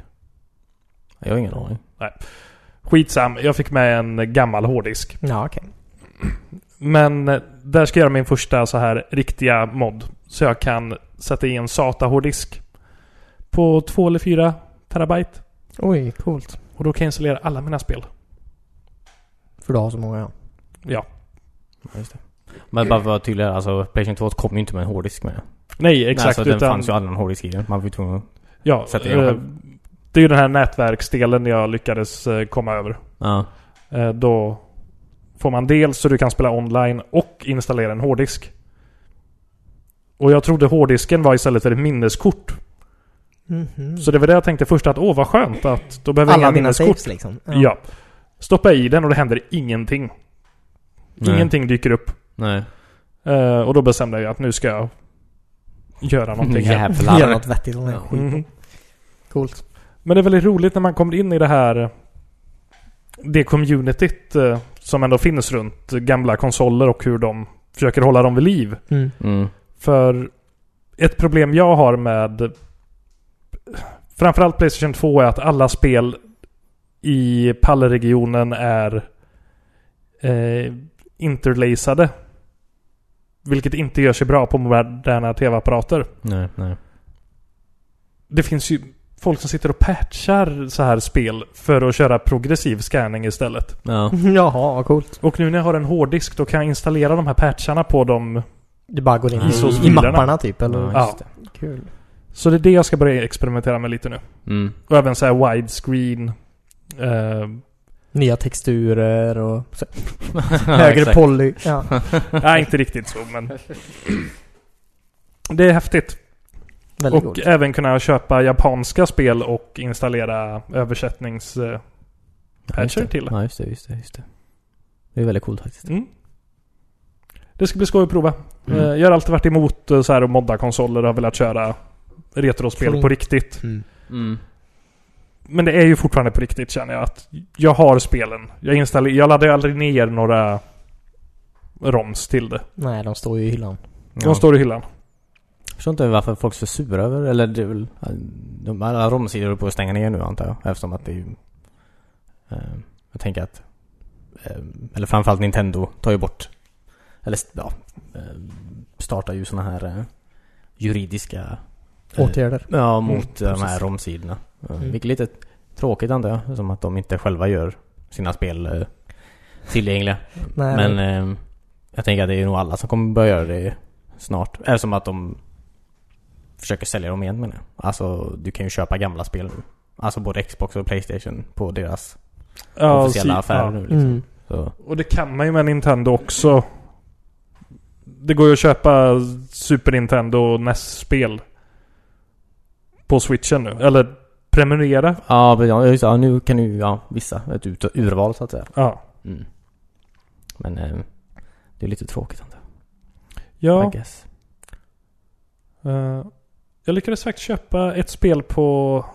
Jag har ingen aning. Skitsam, jag fick med en gammal hårddisk. Ja, okej. Men eh, där ska jag göra min första så här riktiga mod. Så jag kan sätta i en SATA-hårddisk. På 2 eller 4 terabyte. Oj, coolt. Och då kan jag installera alla mina spel. För du har så många ja. Ja. Ja, just det. Men bara för att vara tydligare, alltså Playstation 2 kom ju inte med en hårddisk med. Nej, exakt. alltså, den utan, fanns ju aldrig någon hårddisk i den. Man var ju tvungen att... ja, Sätta i den eh, själv. det är ju den här nätverksdelen jag lyckades eh, komma över. Ja. Eh, Då får man dels så du kan spela online och installera en hårddisk. Och jag trodde hårddisken var istället för ett minneskort. Mm. Mhm. Så det var det jag tänkte först att åh vad skönt att då behöver jag inga Alla dina minneskort. saves liksom? Ja. Stoppa i den och det händer ingenting. Nej. Ingenting dyker upp. Nej. Eh, och då bestämde jag att nu ska jag göra någonting. här. Jävlar. Göra något vettigt av den Ja. här skiten. Mhm. Coolt. Men det är väldigt roligt när man kommer in i det här det communityt eh, som ändå finns runt gamla konsoler och hur de försöker hålla dem vid liv. Mm. Mm. För ett problem jag har med framförallt Playstation 2 är att alla spel i pallregionen är eh, interlacade. Vilket inte gör sig bra på moderna tv-apparater. Nej, nej. Det finns ju folk som sitter och patchar så här spel för att köra progressiv scanning istället. Ja. Jaha, vad coolt. Och nu när jag har en hårddisk då kan jag installera de här patcharna på dem. Det bara går in Mm. i, i ISO-filerna. mapparna typ, eller? Ja, just Kul. Så det är det jag ska börja experimentera med lite nu. Mm. Och även så här widescreen. Eh, Nya texturer och så, högre Högre poly. Ja. nej, inte riktigt så men. Det är häftigt. Väldigt och coolt. även kunna köpa japanska spel och installera översättnings... eh, patcher till. Ja, just det, just det, just det. Det är väldigt coolt faktiskt. Mm. Det ska bli skoj att prova. Mm. Eh, Jag har alltid varit emot eh, så här att modda konsoler och har velat köra retrospel Clean. på riktigt. Mm. Mm. Men det är ju fortfarande på riktigt känner jag. att Jag har spelen. Jag, installer- jag laddar ju aldrig ner några ROMs till det. Nej, de står ju i hyllan. De står i hyllan. Jag förstår inte varför folk är så sura över Eller det är väl... De alla romsidor håller på att stänga ner nu antar jag. Eftersom att det är ju... Eh, jag tänker att... Eh, eller framförallt Nintendo tar ju bort... Eller ja... Eh, startar ju såna här eh, juridiska... eh, Åtgärder. Ja, mot Mm, de här precis. romsidorna. Eh, Mm. Vilket är lite tråkigt antar jag. Som att de inte själva gör sina spel eh, tillgängliga. Nej, Men ehm, jag tänker att det är nog alla som kommer börja göra det snart. Eftersom att de försöker sälja dem igen menar jag. Alltså du kan ju köpa gamla spel nu. Alltså både Xbox och Playstation på deras Ja, officiella si- affärer ja. nu liksom. Mm. Så, Och det kan man ju med Nintendo också. Det går ju att köpa Super Nintendo och NES-spel. På switchen nu. Eller prenumerera. ja, men ja, just, det. ja, nu kan du ja, vissa, ett ut- urval så att säga. Ja. Mm. Men ehm, det är lite tråkigt antar jag. Ja. I guess. eh, jag lyckades faktiskt köpa ett spel på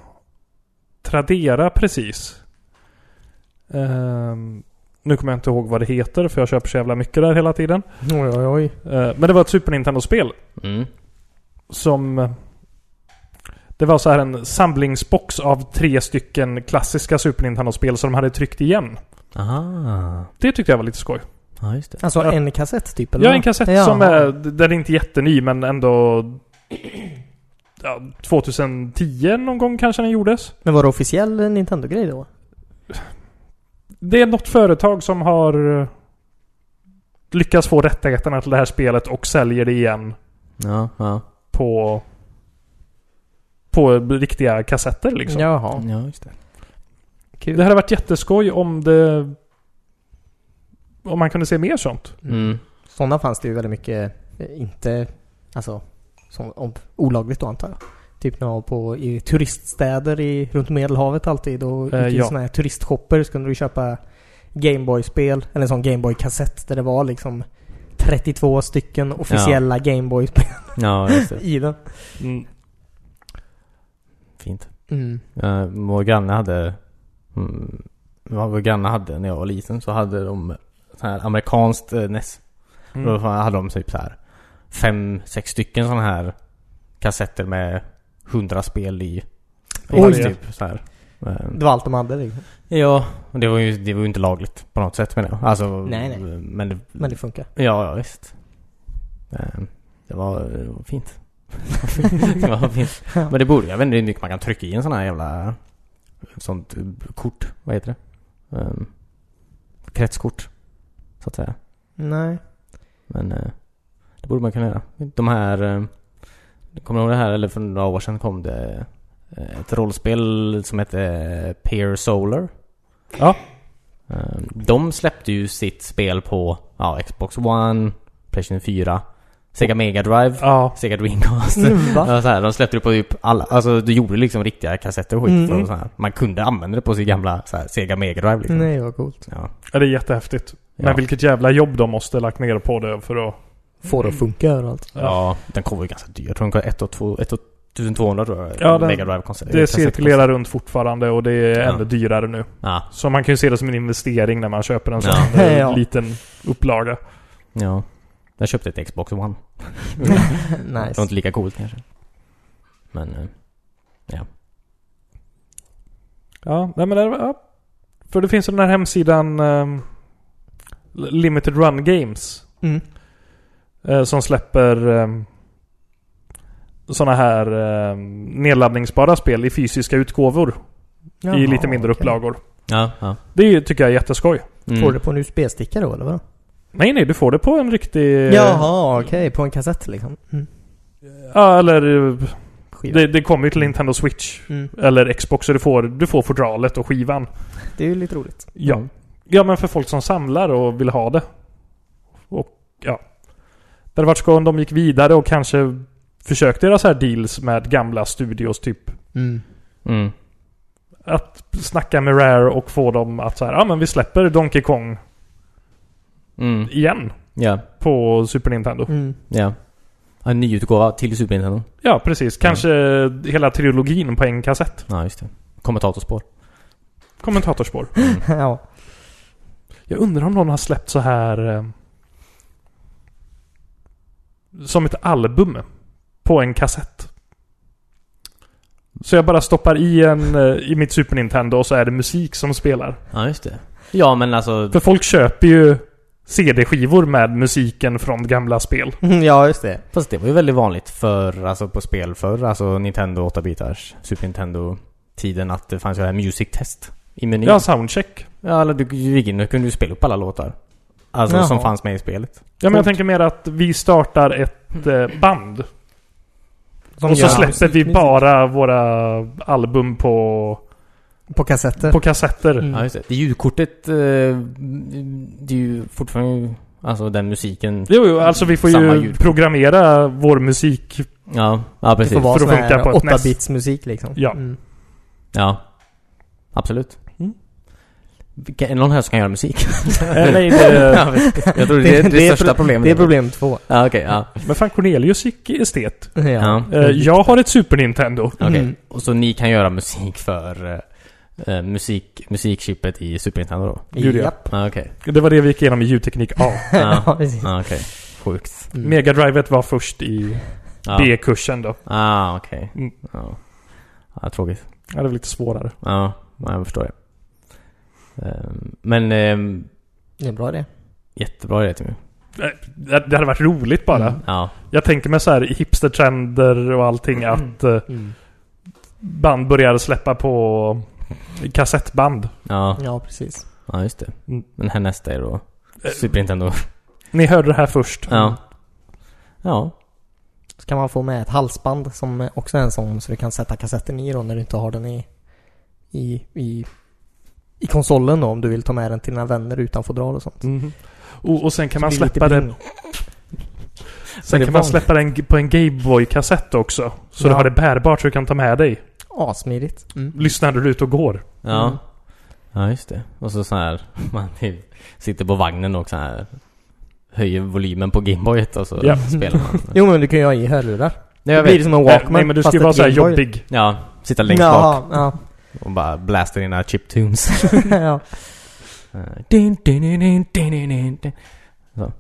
Tradera precis. Ehm, nu kommer jag inte ihåg vad det heter för jag köper så jävla mycket där hela tiden. Oj, oj, oj. Eh, men det var ett Super Nintendo-spel. Mm. som... Det var så här en samlingsbox av tre stycken klassiska Super Nintendo-spel som de hade tryckt igen. Aha. Det tyckte jag var lite skoj. Ja, just det. Alltså Ja. en kassett typ, eller? Jag har vad? en kassett Ja. som är... Den är inte jätteny men ändå... Ja, 2010 någon gång kanske den gjordes. Men var det officiell Nintendo-grej då? Det är något företag som har eh, lyckats få rättigheterna till det här spelet och säljer det igen Ja, ja. på... På riktiga kassetter liksom. Jaha. Ja, just det. Kul. Det hade varit jätteskoj om det... Om man kunde se mer sånt. Mm. Sådana fanns det ju väldigt mycket, eh, inte, alltså, som, om, olagligt då antar jag. Typ när jag var på, i turiststäder i, runt Medelhavet alltid och gick Eh, i ja. sådana här turistshoppar så kunde du köpa Gameboy-spel, eller en sån Gameboy-kassett där det var liksom 32 stycken officiella Gameboy-spel Ja, just det. i den. Fint. Mm. Uh, vår granne hade... Mm, vad vår granne hade när jag var liten så hade de så här amerikanskt uh, NES. Mm. Då hade de typ så här fem, sex stycken sådana här kassetter med hundra spel i. Oj. Typ, så här. Eh, Det var allt de hade liksom. ja, och det var, ju, det var ju inte lagligt på något sätt menar jag. Alltså, Nej, nej. Men, det, Men det funkar. Ja, ja visst. Eh, Det var, det var fint. det var fint. Men det borde, jag vet inte hur mycket man kan trycka i en sån här jävla... Sånt eh, kort, vad heter det? Eh, Kretskort. Så att säga. Nej. Men eh, det borde man kunna göra. De här... eh, Kommer du ihåg det här? Eller för några år sedan kom det eh, ett rollspel som hette eh, Peer Solar. Ja. Eh, De släppte ju sitt spel på ja, Xbox One, Playstation 4, Sega Mega Drive, Ja. Sega Dreamcast. Va? Ja, så här, de släppte det på typ alla, alltså du gjorde liksom riktiga kassetter och skit. Mm. Och så här. Man kunde använda det på sin gamla så här, Sega Mega Drive liksom. Nej, vad coolt. Ja. ja, det är jättehäftigt. Ja. Men vilket jävla jobb de måste ha lagt ner på det för att... Får det att funka överallt. Ja. Ja, den kommer ju ganska dyr. Jag tror den kostar 1 och 2 1 och 1200 tror jag. Ja, den- Mega Drive konsert. Det cirkulerar runt fortfarande och det är Ja. ännu dyrare nu. Ja. Så man kan ju se det som en investering när man köper en sån Ja. eh, Ja. liten upplaga. ja. Jag köpte ett Xbox One. Det var nice. inte lika coolt kanske. Men... eh, Ja, nej men det, ja. För det finns ju den här hemsidan ehm, Limited Run Games. Mm. eh, som släpper um, sådana här ehm, nedladdningsbara spel i fysiska utgåvor. I Jaha, lite mindre okej. upplagor. Ja, ja. Det är ju- tycker jag är jätteskoj. Mm. Får du det på en USB-sticka då eller vadå? Nej, nej, du får det på en riktig... eh, Jaha, okej. På en kassett liksom. Mm. Ja, eller... eh, Skiva. Det, det kommer ju till Nintendo Switch. Mm. Eller Xbox, så du får, du får fodralet och skivan. Det är ju lite roligt. Ja. Ja, men för folk som samlar och vill ha det. Och ja. Det hade varit skoj om de gick vidare och kanske försökte göra så här deals med gamla studios. Typ Mm. Mm. att snacka med Rare och få dem att så här, ja ah, men vi släpper Donkey Kong Mm. igen Ja, på Super Nintendo. Mm. ja. Ja, En ny utgåva till Super Nintendo. Ja, precis. Kanske hela trilogin på en kassett. Ja, just det. Kommentatorspår. Kommentatorspår. ja. Jag undrar om någon har släppt så här... Eh, som ett album. På en kassett. Så jag bara stoppar i en eh, i mitt Super Nintendo och så är det musik som spelar. Ja, just det. Ja, men alltså... För folk köper ju CD-skivor med musiken från gamla spel. ja, just det. Fast det var ju väldigt vanligt för, alltså på spel förr, alltså Nintendo 8-bitars, Super Nintendo-tiden att det fanns ju det här Music Test i menyn. Ja, soundcheck. Ja, eller du gick in och kunde ju spela upp alla låtar. Alltså Jaha. som fanns med i spelet. Ja, men jag Coolt. tänker mer att vi startar ett eh, band. Som och så gör släpper vi musikmusik. bara våra album på, På kassetter. på kassetter. Mm. Ja, just det. Det ljudkortet, eh, det är ju fortfarande, alltså den musiken. Jo, jo, alltså vi får Samma ju ljud. programmera vår musik Ja, ja Det precis. får vara För sån att funka här på ett NES. 8-bits musik liksom. Ja. Mm. Ja. Absolut. Mm. Vilka- Är det någon här som kan göra musik? Eh, nej, det, Ja, visst. jag tror det, är det, är största pro- problemet. Det är problem två. Ja, okej. ja. men fan Cornelius gick i estet. Ja. Ja. Mm. Eh, jag har ett Super Nintendo. Okej, Mm. och så ni kan göra musik för eh, eh, musik, musikchippet i Super Nintendo då? Gjorde jag. Japp. Ah, Okej. Det var det vi gick igenom i ljudteknik A. Ja. Ja, precis. Ah, Okej. Sjukt. Mm. Mega Drivet var först i Ja. B-kursen då. Ah, okej. Mm. Ja. Ah, tråkigt. Ja, det var lite svårare. Ja, ja, jag förstår det. Ehm, men ehm, Det är en bra det. jättebra idé Timmy. Eh, Det det hade varit roligt bara. Mm. Ja. Jag tänker mig så här i hipstertrender och allting att eh, Mm. band börjar släppa på kassettband. Ja, Ja, precis. ja, just det. Mm. Men härnästa är då Super Nintendo. Ni hörde det här först. Ja. Ja. Så kan man få med ett halsband som också är en sån så du kan sätta kassetten i då när du inte har den i, i, i, i konsolen då om du vill ta med den till dina vänner utan fodral och sånt. Mhm. Och, och sen kan Så man blir det lite släppa den bling. Sen det kan man vanligt? släppa den på en Gameboy-kassett också. Så du Ja. har det bärbart så du kan ta med dig. Assmidigt. Mm. Lyssnar du ut och går. Ja. Mm. Ja, just det. Och så så här, man typ sitter på vagnen och så här höjer volymen på Gameboyet och så Ja. spelar man. Jo men du kan ju ha i hörlurar. Nej, Det jag blir det vet. som en Nej, Walkman. nej men du ska fast ju vara ett såhär Gameboy. jobbig. Ja, sitta längst bak Jaha, Ja, och bara blasta dina chiptunes. ja. Din, din, din, din, din, din, din, din. Fan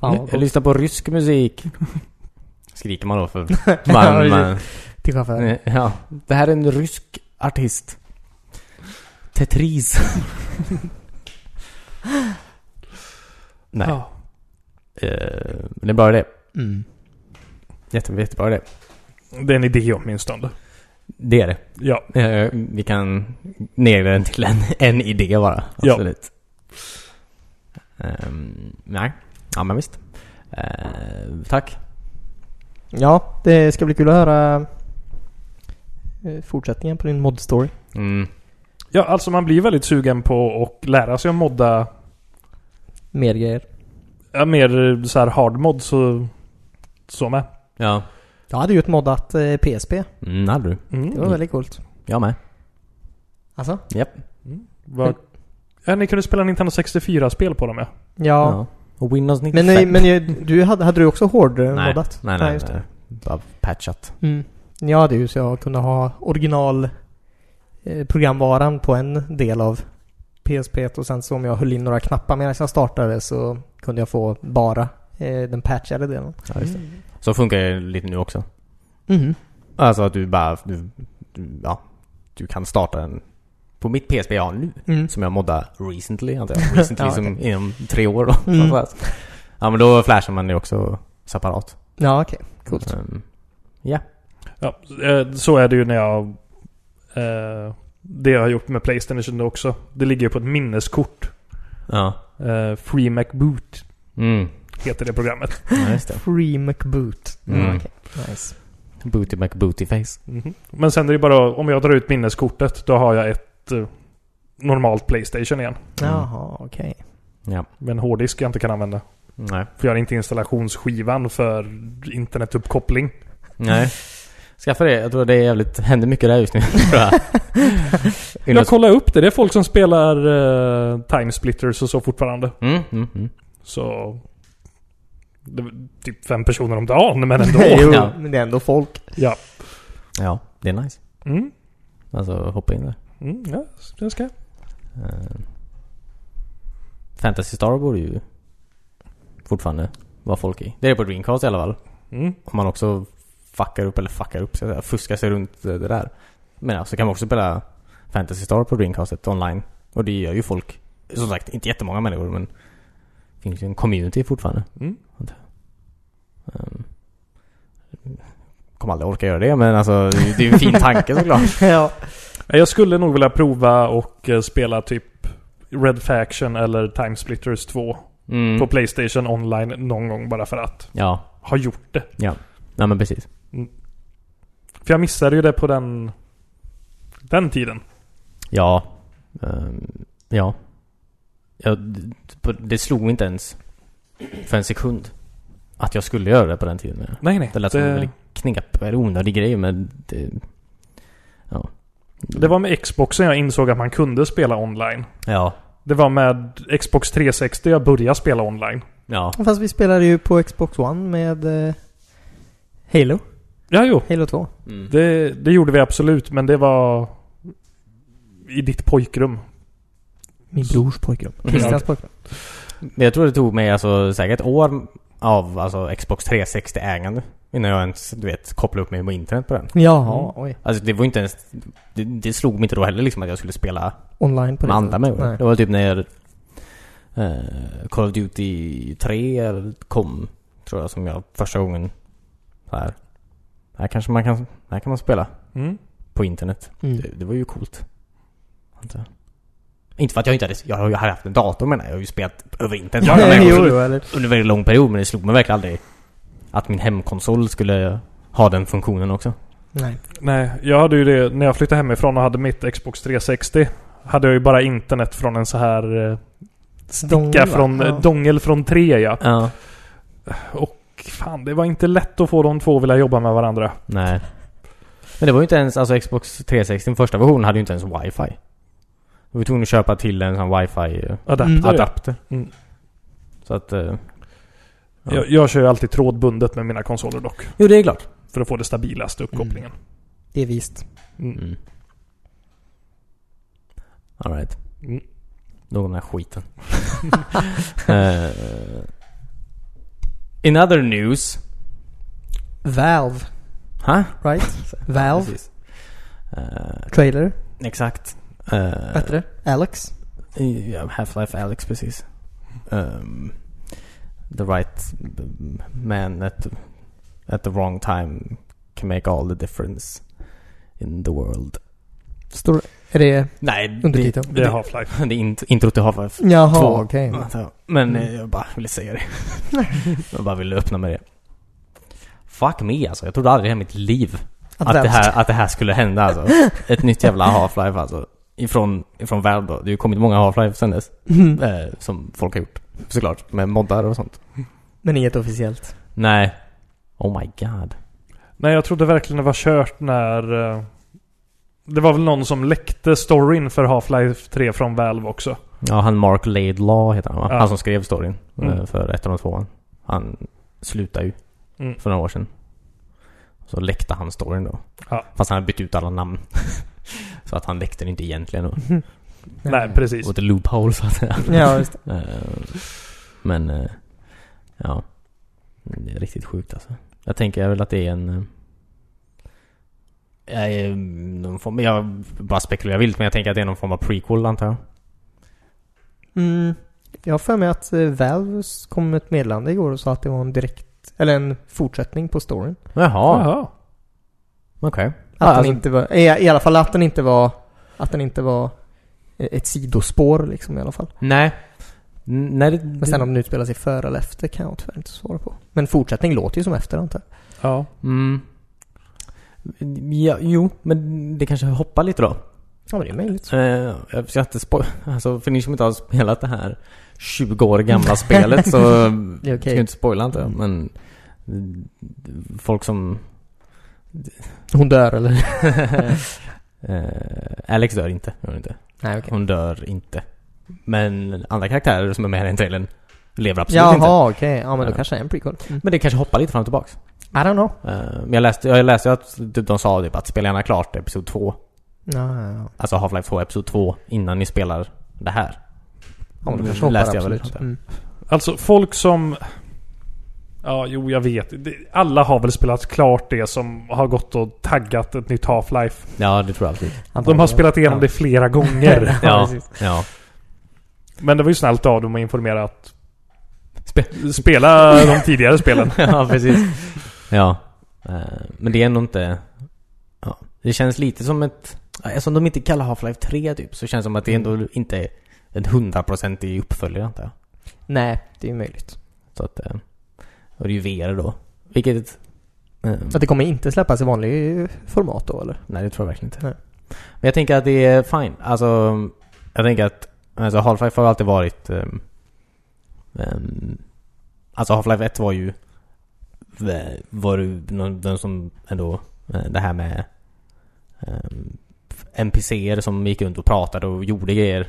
vad Jag coolt. lyssnar på rysk musik. Skriker man då för... Ja, Man, precis. man, Till chauffören. ja. Det här är en rysk artist. Tetris. Nej. Ja. Eh, men det är en bra idé. Mm. Jätte, jättebra idé. Det är en idé åtminstone. Det är det. Ja. Eh, Vi kan negla den till en, en idé bara. Ja. Absolut. Ehm, nej. Ja, men visst. Eh, tack. Ja, det ska bli kul att höra eh, fortsättningen på din mod-story. Mm. ja, alltså man blir väldigt sugen på att lära sig att modda Mer grejer. ja, mer så här hardmod så, så med. Ja. Jag hade ju ett moddat eh, PSP. Mm, hade du. Det Mm. var Mm. väldigt coolt. Jag med. Alltså? Japp. Vad- Ja, ni kunde spela Nintendo 64-spel på dem ja. Ja. Ja. Och Windows 95. Men, nej, men jag- du hade, hade du också eh, nej, hårdmoddat? nej, nej, just det. nej. Bara patchat. Mm. Jag hade ju så jag kunde ha original eh, programvaran på en del av PSP och sen så om jag höll in några knappar medan jag startade så kunde jag få bara eh, den patchade delen. Ja, just det. Mm. Så funkar det lite nu också. Mm. Alltså att du bara, du, du, ja, du kan starta den på mitt PSP jag har nu. Mm. Som jag moddar recently antar jag. Recently Ja, som inom tre år då. Mm. Mm. Ja men då flashar man det också separat. Ja, okej. Coolt. Ehm, Ja, eh, så är det ju när jag... Eh, det jag har gjort med Playstation också. Det ligger ju på ett minneskort. ja. Eh, Free Mac Boot Mm. heter det programmet. ja, just det. Free McBoot. Mm. Mm. okej. Nice. Booty McBooty face. Mhm. Men sen är det ju bara om jag drar ut minneskortet då har jag ett eh, normalt Playstation igen. Mm. Jaha, okej. Ja. Med en hårddisk jag inte kan använda. Nej. För jag har inte installationsskivan för internetuppkoppling. Nej. Skaffa det. Jag tror det är jävligt, händer mycket där just nu. tror jag. Jag Windows- kollar upp det. Det är folk som spelar eh, Time Splitters och så fortfarande. Mm, mm, mm. Så... Det var typ fem personer om dagen, men ändå. jo, Ja. men det är ändå folk. ja. Ja, det är nice. Mm. Alltså hoppa in där. Mm, ja, det ska jag. Eh, Fantasy Star borde ju fortfarande vara folk i. Det är det på Dreamcast i alla fall. Mm. Om man också fuckar upp, eller fuckar upp, så att säga, fuskar sig runt eh, det där. Men ja, så kan man också spela Fantasy Star på Dreamcastet online. Och det gör ju folk, som sagt, inte jättemånga människor men det finns ju en community fortfarande. Mm. Um, kommer aldrig orka göra det men alltså det är ju en fin tanke såklart. ja. Jag skulle nog vilja prova och eh, spela typ Red Faction eller Time Splitters 2 Mm. på Playstation online någon gång bara för att Ja, ha gjort det. nej men precis. För jag missade ju det på den, den tiden. Ja. Ehm, ja. ja. d- på- Det slog inte ens för en sekund att jag skulle göra det på den tiden. menar jag. Nej, nej. Det lät som en väldigt knepp, eller onödig grej men det... Ja. det var med Xboxen jag insåg att man kunde spela online. Ja. Det var med Xbox 360 jag började spela online. Ja. Fast vi spelade ju på Xbox One med eh, Halo. Ja, jo. Halo 2. Mm. Det, det gjorde vi absolut, men det var i ditt pojkrum. Min brors pojkrum. Christians pojkrum. Men jag tror det tog mig alltså säkert ett år av alltså, Xbox 360-ägande innan jag ens, du vet, kopplade upp mig på internet på den. Jaha, oj. Alltså det var ju inte ens... Det, det slog mig inte då heller liksom att jag skulle spela Online på med andra människor. Nej. Det var typ när eh, Call of Duty 3 kom, tror jag, som jag första gången så här. Här kanske man kan, här kan man spela Mm. på internet. Mm. Det, det var ju coolt. Antar jag. Inte för att jag inte hade, jag har ju haft en dator menar jag. Jag har ju spelat över internet Ja, ja, med men- människor jo, jo, eller? under väldigt lång period men det slog mig verkligen aldrig att min hemkonsol skulle ha den funktionen också. Nej. Nej, jag hade ju det när jag flyttade hemifrån och hade mitt Xbox 360. Hade jag ju bara internet från en så här eh, sticka Dongel, va? från, Ja. dongel från Trea. Ja. Fan, det var inte lätt att få de två att vilja jobba med varandra. Nej. Men det var ju inte ens, alltså Xbox 360, den första versionen hade ju inte ens wifi. Vi var tvungna att köpa till en sån wifi-adapter. Adapter. Mm. Mm. Så att... eh, Ja. Jag, jag kör ju alltid trådbundet med mina konsoler dock. Jo, det är klart. För att få det stabilaste uppkopplingen. Det är vist. Mm. Mm. Alright. Mm. Nog om den här skiten. Eh, in other news. Valve, Ha? right? Valve. Precis. Eh, Trailer. exakt. Eh, Bättre. Alex. Ja, Half-Life Alex precis. Ehm, the right b- man at, at the wrong time can make all the difference in the world. Står Är det Nej, det, undertiteln? Det är Half-Life. det är int- intro till Half-Life. två. Jaha, okej. Men Mm. eh, jag bara ville säga det. jag bara ville öppna med det. Fuck me alltså. Jag trodde aldrig i mitt liv att det, här, att det här skulle hända alltså. Ett nytt jävla Half-Life alltså. Ifrån, ifrån Valve då. Det har ju kommit många Half-Life sen dess. Mm. Eh, som folk har gjort. Såklart. Med moddar och sånt. Men inget officiellt. Nej. Oh my god. Nej, jag trodde verkligen det var kört när... eh, Det var väl någon som läckte storyn för Half-Life 3 från Valve också. Ja, han Mark Laidlaw heter han va? Ja. Han som skrev storyn eh, Mm. för ettan och tvåan. Han slutade ju Mm. för några år sedan. Så läckte han storyn då. Ja. Fast han hade bytt ut alla namn. så att han läckte den inte egentligen. Och Nej, precis. åt en loophole så att säga. Ja, just det. Eh, Men eh, ja. Det är riktigt sjukt alltså. Jag tänker väl att det är en... eh, Jag, är mm, någon form, jag bara spekulerar vilt men jag tänker att det är någon form av prequel antar jag. Mm. Jag har för mig att eh, Valve kom med ett meddelande igår och sa att det var en direkt, eller en fortsättning på storyn. Jaha, Jaha. okej. Att alltså- den inte var, i, i alla fall att den inte var, att den inte var eh, ett sidospår liksom i alla fall. Nej. N- Nej, det, Men sen om den utspelar sig före eller efter kan jag tyvärr inte svara på. Men fortsättning låter ju som efter antar jag. Ja. Mm. Ja, jo, men det kanske hoppar lite då. Ja, men det är möjligt. Eh, jag ska inte spoil- alltså, för ni som inte har spelat det här 20 år gamla spelet så Det är okej. ska jag inte spoila inte. Men eh, folk som... Hon dör eller? eh, Alex dör inte, gör hon inte. Nej, okej. Hon dör inte. Men andra karaktärer som är med i den trailern lever absolut inte. Jaha, okej. Ja, men då Ja. kanske det är en prequel. Mm. Men det kanske hoppar lite fram och tillbaks. I don't know. Eh, Men jag läste, jag läste att typ de sa typ att spela gärna klart Episod 2. Ja, ja, ja. Alltså Half-Life 2 Episod 2 innan ni spelar det här. Ja, men då Mm, kanske hoppar läste jag väl. absolut. Mm. Alltså folk som... Ja, jo jag vet. Det- Alla har väl spelat klart det som har gått och taggat ett nytt Half-Life. Ja, det tror jag absolut. De har spelat igenom Ja. det flera gånger. Ja, precis. ja. Men det var ju snällt av dem att informera att... Spe- Spela de tidigare spelen. ja, precis. Ja. Eh, Men det är nog inte... Ja. Det känns lite som ett... Eftersom de inte kallar Half-Life 3 typ, så känns det som att det ändå inte är en hundraprocentig uppföljare antar jag. Nej, det är ju möjligt. Så att... eh, Och det är ju VR då. Vilket... eh, Att det kommer inte släppas i vanlig format då eller? Nej, det tror jag verkligen inte. Nej. Men jag tänker att det är fine. Alltså, jag tänker att alltså, Half-Life har alltid varit... ehm, ehm, alltså Half-Life 1 var ju... eh, Var ju någon, den som ändå... eh, Det här med... ehm, NPCer som gick runt och pratade och gjorde grejer.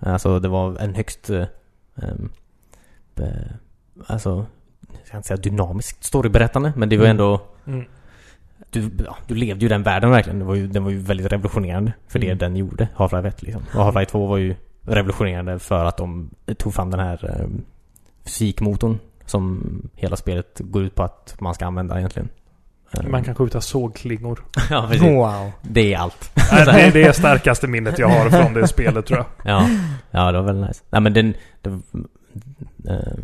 Alltså det var en högst... eh, ehm, be- alltså... Jag ska inte säga dynamiskt storyberättande, men det var Mm. ändå Mm. du, ja, du levde ju den världen verkligen. Det var ju, den var ju väldigt revolutionerande för Mm. det den gjorde, Half-Life 1 liksom. Och Half-Life 2 var ju revolutionerande för att de tog fram den här eh, fysikmotorn som hela spelet går ut på att man ska använda egentligen. Eh, Man kan skjuta sågklingor. ja, precis. Wow. Det är allt. Nej, det är det starkaste minnet jag har från det spelet tror jag. Ja, ja det var väldigt nice. Nej men den... den eh,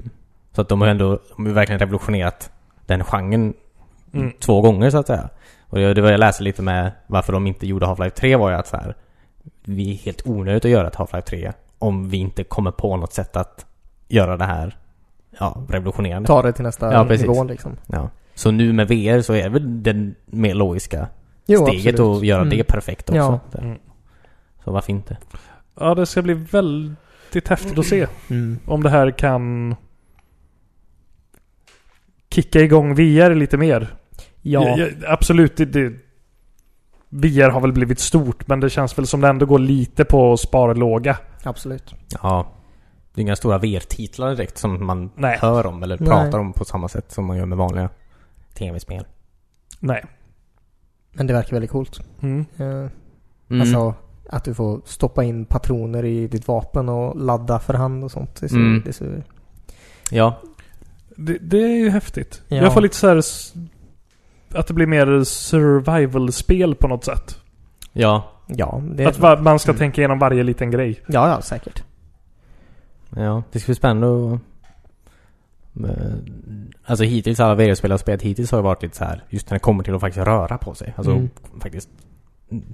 så att de har ju ändå, de har ju verkligen revolutionerat den genren Mm. två gånger så att säga. Och det, det var jag läste lite med varför de inte gjorde Half-Life 3 var ju att så här, vi är helt onödigt att göra ett Half-Life 3 om vi inte kommer på något sätt att göra det här ja, revolutionerande. Ta det till nästa Ja, precis. nivå liksom. Ja. Så nu med VR så är det väl det mer logiska Jo, steget absolut. att göra det Mm. perfekt också. Mm. Så varför inte? Ja, det ska bli väldigt häftigt att se Mm. om det här kan kicka igång VR lite mer. Ja. Jag- jag- absolut, det, det, VR har väl blivit stort men det känns väl som det ändå går lite på sparlåga. Absolut. Ja. Det är inga stora VR-titlar direkt som man Nej. hör om eller Nej. pratar om på samma sätt som man gör med vanliga tv-spel. Nej. Men det verkar väldigt coolt. Mm. Eh, Mm. Alltså att du får stoppa in patroner i ditt vapen och ladda för hand och sånt. Det ser, Mm. det ser, Ja. Det, det är ju häftigt. Ja. Jag får lite så här s- att det blir mer survival-spel på något sätt. Ja. ja, det, Att va- man ska Mm. tänka igenom varje liten grej. ja, ja, säkert. Ja. Det ska bli spännande och... Eh, Alltså hittills alla VR-spel jag har spelat hittills har ju varit lite så här just när det kommer till att faktiskt röra på sig. Alltså Mm. faktiskt mm,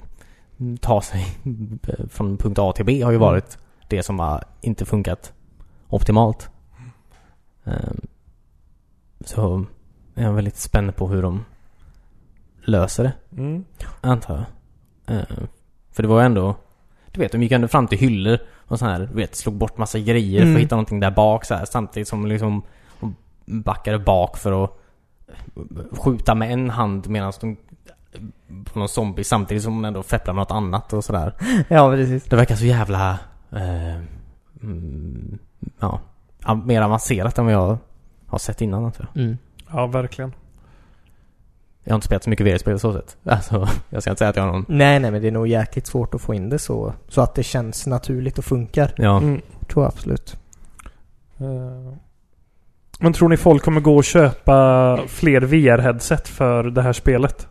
ta sig från punkt A till B har ju varit det som har inte funkat optimalt. Ehm, Så jag är väldigt spänd på hur de löser det, Mm. antar jag. Ehm, För det var ju ändå, du vet, de gick ändå fram till hyllor och så här, du vet, slog bort massa grejer för Mm. att hitta någonting där bak så här, samtidigt som liksom de backade bak för att skjuta med en hand medan de på någon zombie samtidigt som hon ändå fepplar med något annat och sådär. Ja, precis. Det verkar så jävla... Eh, mm, ja, a- mer avancerat än vad jag har sett innan antar jag. Mm. Ja, verkligen. Jag har inte spelat så mycket VR-spel så sett. Alltså, jag ska inte säga att jag har någon... Nej, nej, men det är nog jäkligt svårt att få in det så, så att det känns naturligt och funkar. Ja. Mm. Tror jag absolut. Eh, Men tror ni folk kommer gå och köpa fler VR-headset för det här spelet?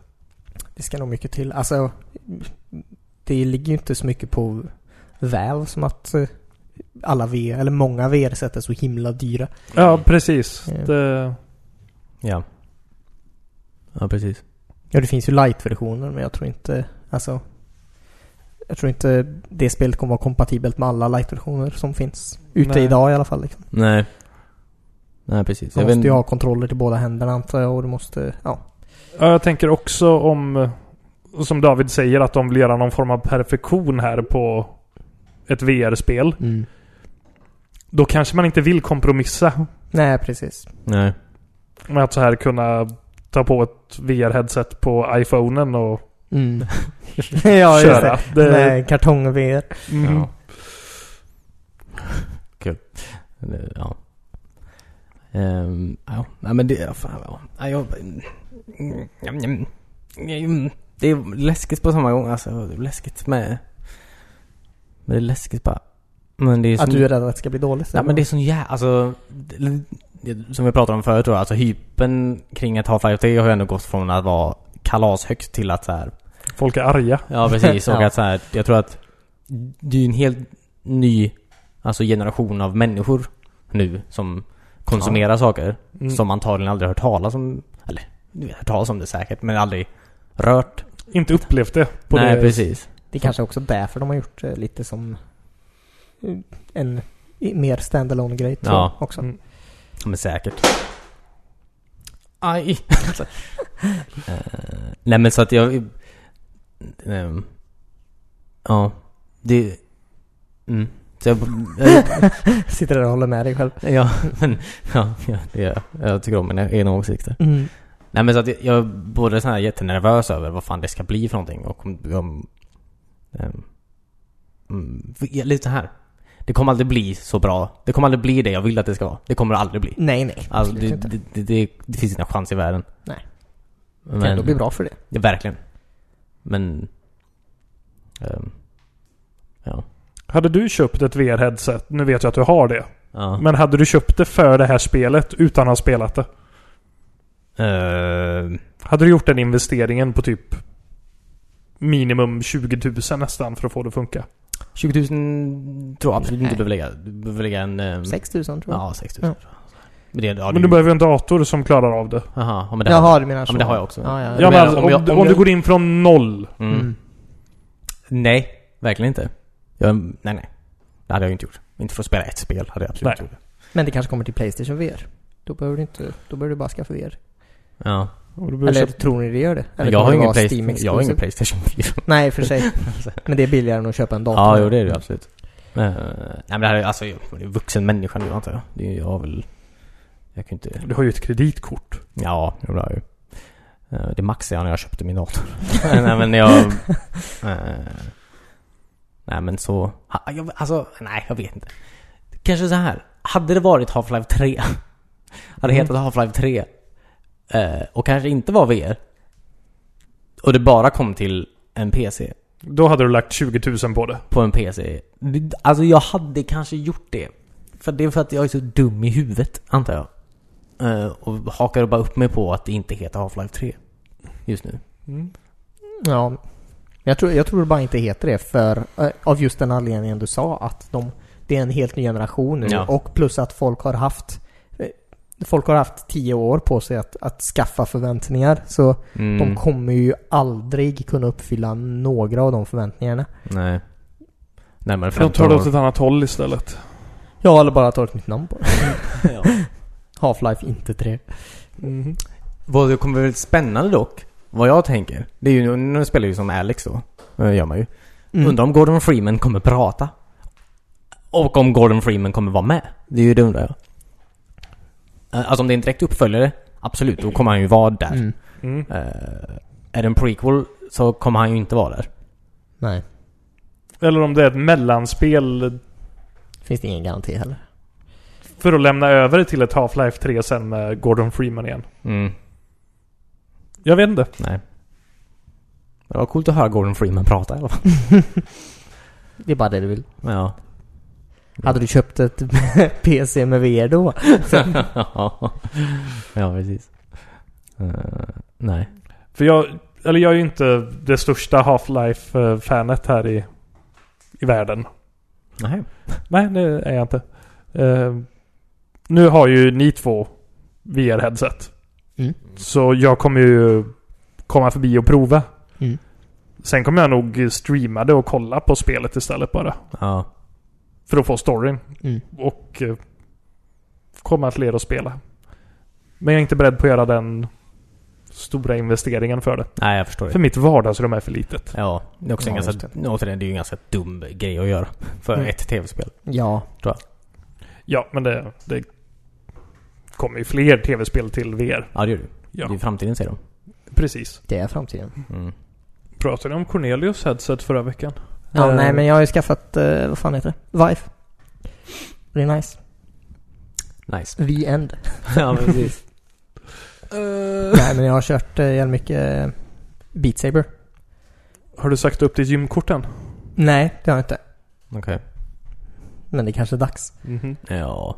Det ska nog mycket till. Alltså, det ligger ju inte så mycket på Valve som att eh, alla V, eller många VR-set är så himla dyra. Ja, precis. Mm. Det, Ja. Ja, precis. Ja, det finns ju light-versioner men jag tror inte, alltså jag tror inte det spelet kommer vara kompatibelt med alla light-versioner som finns. Ute Nej. idag i alla fall. Liksom. Nej. Nej, precis. Du Jag måste vet, ju ha kontroller till båda händerna antar jag och du måste, ja. ja, jag tänker också om, eh, som David säger, att de vill göra någon form av perfektion här på ett VR-spel. Mm. Då kanske man inte vill kompromissa Nej, precis. Nej. med att så här kunna ta på ett VR-headset på iPhonen och Mm. ja, just köra. det. Det- Med kartong-VR. Mm. Ja. Kul. Eller, Ja. Ehm, ja, nej men det, fan, ja. Nej, jag, mm, mm, mm, mm. det är läskigt på samma gång alltså. Det är läskigt med... Men det är läskigt bara. Men det är ju Att så- du är rädd att det ska bli dåligt? Ja eller? men det är sån jävla, alltså, det- det- Som vi pratade om förut tror jag, alltså hypen kring ett Half-Life 3 har ju ändå gått från att vara kalashögt till att så här. Folk är arga. Ja precis, och Ja. att så här, jag tror att det är ju en helt ny alltså generation av människor nu som konsumerar saker Mm. som antagligen aldrig hört talas om. Eller, nu har jag hört talas om det säkert, men aldrig rört. Inte upplevt det på Nej det precis. Det är kanske också därför de har gjort eh, lite som eh, en i- mer standalone grej tror Ja. jag också. Mm. Men säkert. Aj! Eh, nej men så att jag... ehm, ja. Det... Mm. Så jag, jag, Sitter där och håller med dig själv. ja, men, ja, ja, det gör jag. Jag tycker om mina egna åsikter. Mm. Nej men så att jag- jag är både så här jättenervös över vad fan det ska bli för någonting och om... om ehm, mm, för- ja, lite så här. Det kommer aldrig bli så bra. Det kommer aldrig bli det jag vill att det ska vara. Det kommer det aldrig bli. Nej, nej. Alltså, absolut det, inte. det, det, det, det finns inga chans i världen. Nej. Men, det kan ändå bli bra för det. Ja, verkligen. Men... ehm, ja. Hade du köpt ett VR-headset, nu vet jag att du har det, ja. men hade du köpt det för det här spelet utan att ha spelat det? Ehm, Hade du gjort den investeringen på typ minimum 20 000 nästan för att få det att funka? 20 000 tror jag absolut Nej. inte du behöver lägga. Du behöver lägga en... ehm, 6 000 tror jag. Ja, 6 000 Ja. tror jag. Men, det, ja, det är men du ju- behöver ju en dator som klarar av det. Jaha, ja, men det har Jaha, du menar Ja, så. men det har jag också. Ja, Ja, ja, ja. men menar, alltså, om om, jag- du, om om du jag- går in från noll. jag. Mm. Nej, verkligen inte. Jag, nej, nej. Det hade jag ju inte gjort. Inte för att spela ett spel hade jag absolut Nej. inte gjort det. Men det kanske kommer till Playstation VR. Då behöver du inte, då behöver du bara skaffa VR. Ja. Och du behöver Eller köpa- tror ni det gör det? Eller Men jag, kommer har det ingen vara Playsta- Steam jag har ingen exclusive? Playstation 4. Nej, i och för sig. Men det är billigare än att köpa en dator. Ja, jo det är det ju absolut. Eh, nej men det här är alltså, jag är en vuxen människa nu antar jag. Det är jag har väl... Jag kan ju inte... Du har ju ett kreditkort. Ja, jo, det har jag ju. Eh, det maxade jag när jag köpte min dator. nej men jag... eh, nej men så... ha- Jag, alltså, nej jag vet inte. Kanske så här. Hade det varit Half-Life 3. hade det hetat Half-Life 3. eh, och kanske inte var VR. Och det bara kom till en PC Då hade du lagt 20 000 på det. på en PC. Alltså jag hade kanske gjort det. För det är för att jag är så dum i huvudet, antar jag. Eh, och hakar bara upp mig på att det inte heter Half-Life 3. Just nu. Mm. Ja. Jag tror, jag tror bara inte heter det för, eh, av just den anledningen du sa att de, det är en helt ny generation nu Ja. och plus att folk har haft eh, Folk har haft tio år på sig att, att skaffa förväntningar så Mm. de kommer ju aldrig kunna uppfylla några av de förväntningarna. Nej. Närmare Jag tar 15 det åt år. ett annat håll istället. Ja, eller bara ta ett nytt namn på det. Ja. Half-Life inte 3. Mhm. Mm-hmm. Vad det kommer bli spännande dock, vad jag tänker. Det är ju, nu spelar jag ju som Alex då. Det gör man ju. Mm. Undrar om Gordon Freeman kommer prata. Och om Gordon Freeman kommer vara med. Det är ju det undrar jag. Eh, Alltså om det är en direkt uppföljare, absolut, då kommer han ju vara där. Mm. Mm. Eh, är det en prequel så kommer han ju inte vara där. Nej. Eller om det är ett mellanspel Finns det ingen garanti heller. För att lämna över till ett Half-Life 3 sen med Gordon Freeman igen. Mm, Jag vet inte. nej. Det var coolt att höra Gordon Freeman prata i alla fall. Det är bara det du vill. Ja. Hade du köpt ett PC med VR då? ja, precis. Eh, nej. För jag, eller jag är ju inte det största Half-Life-fanet här i, i världen. Nej. Nej, det är jag inte. Eh, nu har ju ni två VR-headset. Mm. Så jag kommer ju komma förbi och prova. Mm. Sen kommer jag nog streama det och kolla på spelet istället bara. Ja. För att få storyn. Mm. Och eh, komma fler att spela. Men jag är inte beredd på att göra den stora investeringen för det. Nej, jag förstår För det. mitt vardagsrum är för litet. Ja, det är också en Ja, ganska, återigen, det är ju en ganska dum grej att göra för Mm. ett tv-spel. Ja. Ja, men det, det kommer ju fler tv-spel till VR. Ja, det gör du. Ja. Det är ju framtiden säger de. Precis. Det är framtiden. Mm. Pratade jag om Cornelius headset förra veckan? Ja, Eh, nej men jag har ju skaffat, eh, vad fan heter det? Vive. Det är nice. Nice. The end. ja, precis. nej men jag har kört eh, jävligt mycket eh, Beat Saber. Har du sagt upp ditt gymkort än? Nej, det har jag inte. Okej. Men det kanske är dags. Mhm. Ja.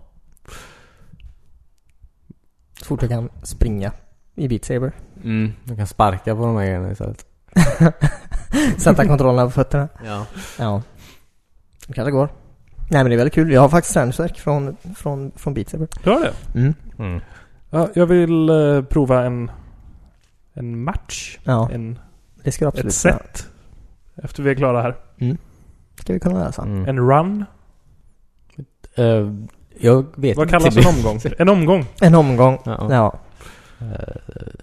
Så fort jag kan springa i Beat Saber. Mm. Jag kan sparka på de här grejerna istället. Sätta kontrollerna på fötterna. Ja. Ja. Det kanske går. Nej men det är väldigt kul. Jag har faktiskt sensverk från, från, från Beat Saber. Du har det? Mm. Mm. Ja, jag vill eh, prova en, en match. Ja, En, det ska du ett absolut göra. set. Efter vi är klara här. ska vi kunna lösa. Mm. En run. Eh, jag vet Vad inte. kallas en omgång? En omgång. En omgång. Ja. Eh, Ja.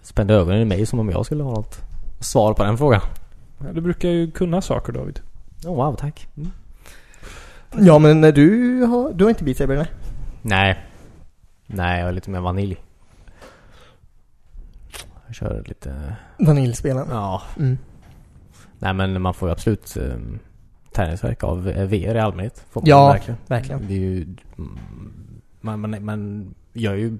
Spände ögonen i mig som om jag skulle ha något svar på den frågan. Du brukar ju kunna saker David. Oh, wow, tack. Ja men när du har, du har inte Beat Saber nej? Nej. Nej, jag är lite mer vanilj. Jag kör lite... Vaniljspelen? Ja. Mm. Nej men man får ju absolut um, tärningsverk av eh, VR i allmänhet. Får man Ja. ju verkligen. Verkligen. Det är ju... mm, Man, man, man gör ju...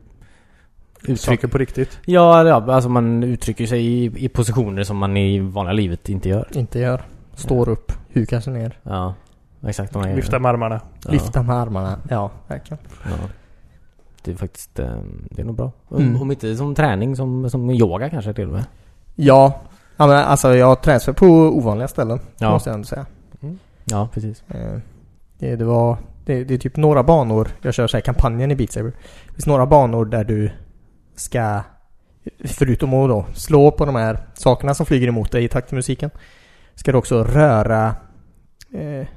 Saker på riktigt. Ja, ja, alltså man uttrycker sig i, i positioner som man i vanliga livet inte gör. Inte gör. Står upp, hukar sig ner, Ja, exakt. de här- Lyfta med armarna. ja, lyfta med armarna. Ja, verkligen. Ja. Det är faktiskt... eh, Det är nog bra. Mm. Om inte som träning, som, som yoga kanske till och med. Ja. ja men alltså jag tränar på ovanliga ställen. Ja. Måste jag ändå säga. Ja, precis. Eh, Det, det var... Det, det är typ några banor. Jag kör så här kampanjen i Beat Saber. Det finns några banor där du ska... Förutom att då slå på de här sakerna som flyger emot dig i takt till musiken. Ska du också röra... Eh,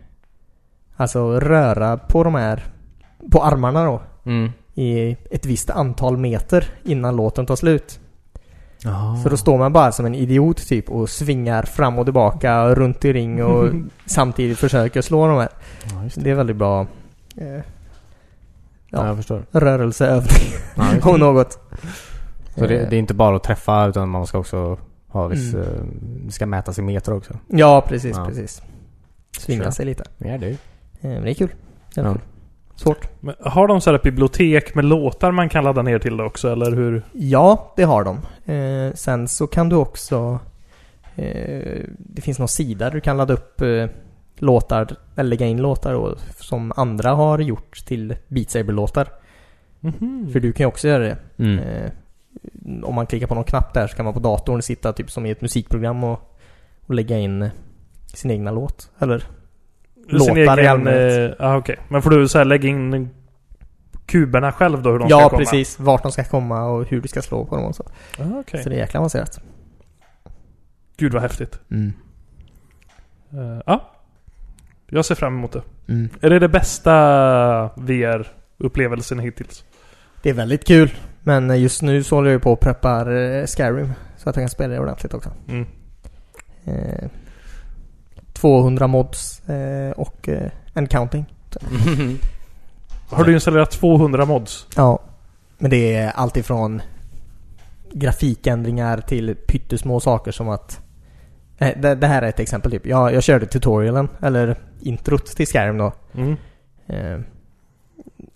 alltså röra på de här... På armarna då. Mm. i ett visst antal meter innan låten tar slut. Jaha. Så då står man bara som en idiot typ och svingar fram och tillbaka runt i ring och samtidigt försöker slå de här. Ja, just Så det. det är väldigt bra eh, Ja, Ja. jag förstår. rörelseövning Ja, just det. om något. Så det, Eh, det är inte bara att träffa utan man ska också ha viss, Mm. eh, det ska mätas i meter också. Ja, precis, Ja. precis. Svinga Kör. sig lite. Ja, det är ju. Eh, Men det är kul. Det är Ja. kul. Svårt. Men har de så här ett bibliotek med låtar man kan ladda ner till det också? Eller hur? Ja, det har de. Eh, sen så kan du också... Eh, det finns någon sida där du kan ladda upp eh, låtar, eller lägga in låtar då, som andra har gjort till Beat Saber-låtar. Mhm. För du kan ju också göra det. Mm. Eh, om man klickar på någon knapp där så kan man på datorn sitta typ som i ett musikprogram och, och lägga in eh, sin egna låt. Eller? Sin låtar i egen... allmänhet. eh, Ja, okej. Men får du så här lägga in kuberna själv då? Hur de ska Ja, komma? precis. Vart de ska komma och hur du ska slå på dem och så. Ah, okej. Så det är jäkla avancerat. Gud vad häftigt. Mm. Eh, ja. Jag ser fram emot det. Mm. Är det det bästa VR-upplevelsen hittills? Det är väldigt kul. Men eh, just nu så håller jag ju på och preppar eh, Skyrim. Så att jag kan spela det ordentligt också. Mm. Eh, 200 mods eh, och eh, en counting. Har du installerat 200 mods? Ja. Men det är allt ifrån grafikändringar till pyttesmå saker som att... Eh, det, det här är ett exempel typ. Jag, jag körde tutorialen, eller introt till Skyrim då. Mm. Eh,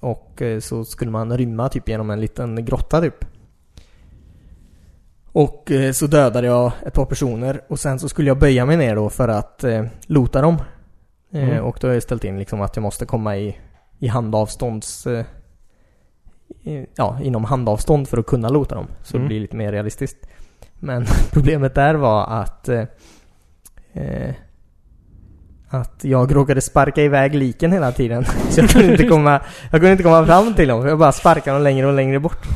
Och eh, så skulle man rymma typ genom en liten grotta typ. Och eh, så dödade jag ett par personer och sen så skulle jag böja mig ner då för att eh, lota dem. Eh, Mm. Och då har jag ställt in liksom att jag måste komma i, i handavstånds... Eh, i- ja, inom handavstånd för att kunna lota dem. Så Mm. det blir lite mer realistiskt. Men problemet där var att... Eh, eh, att jag råkade sparka iväg liken hela tiden. Så jag kunde inte komma, jag kunde inte komma fram till dem. för Jag bara sparkade dem längre och längre bort.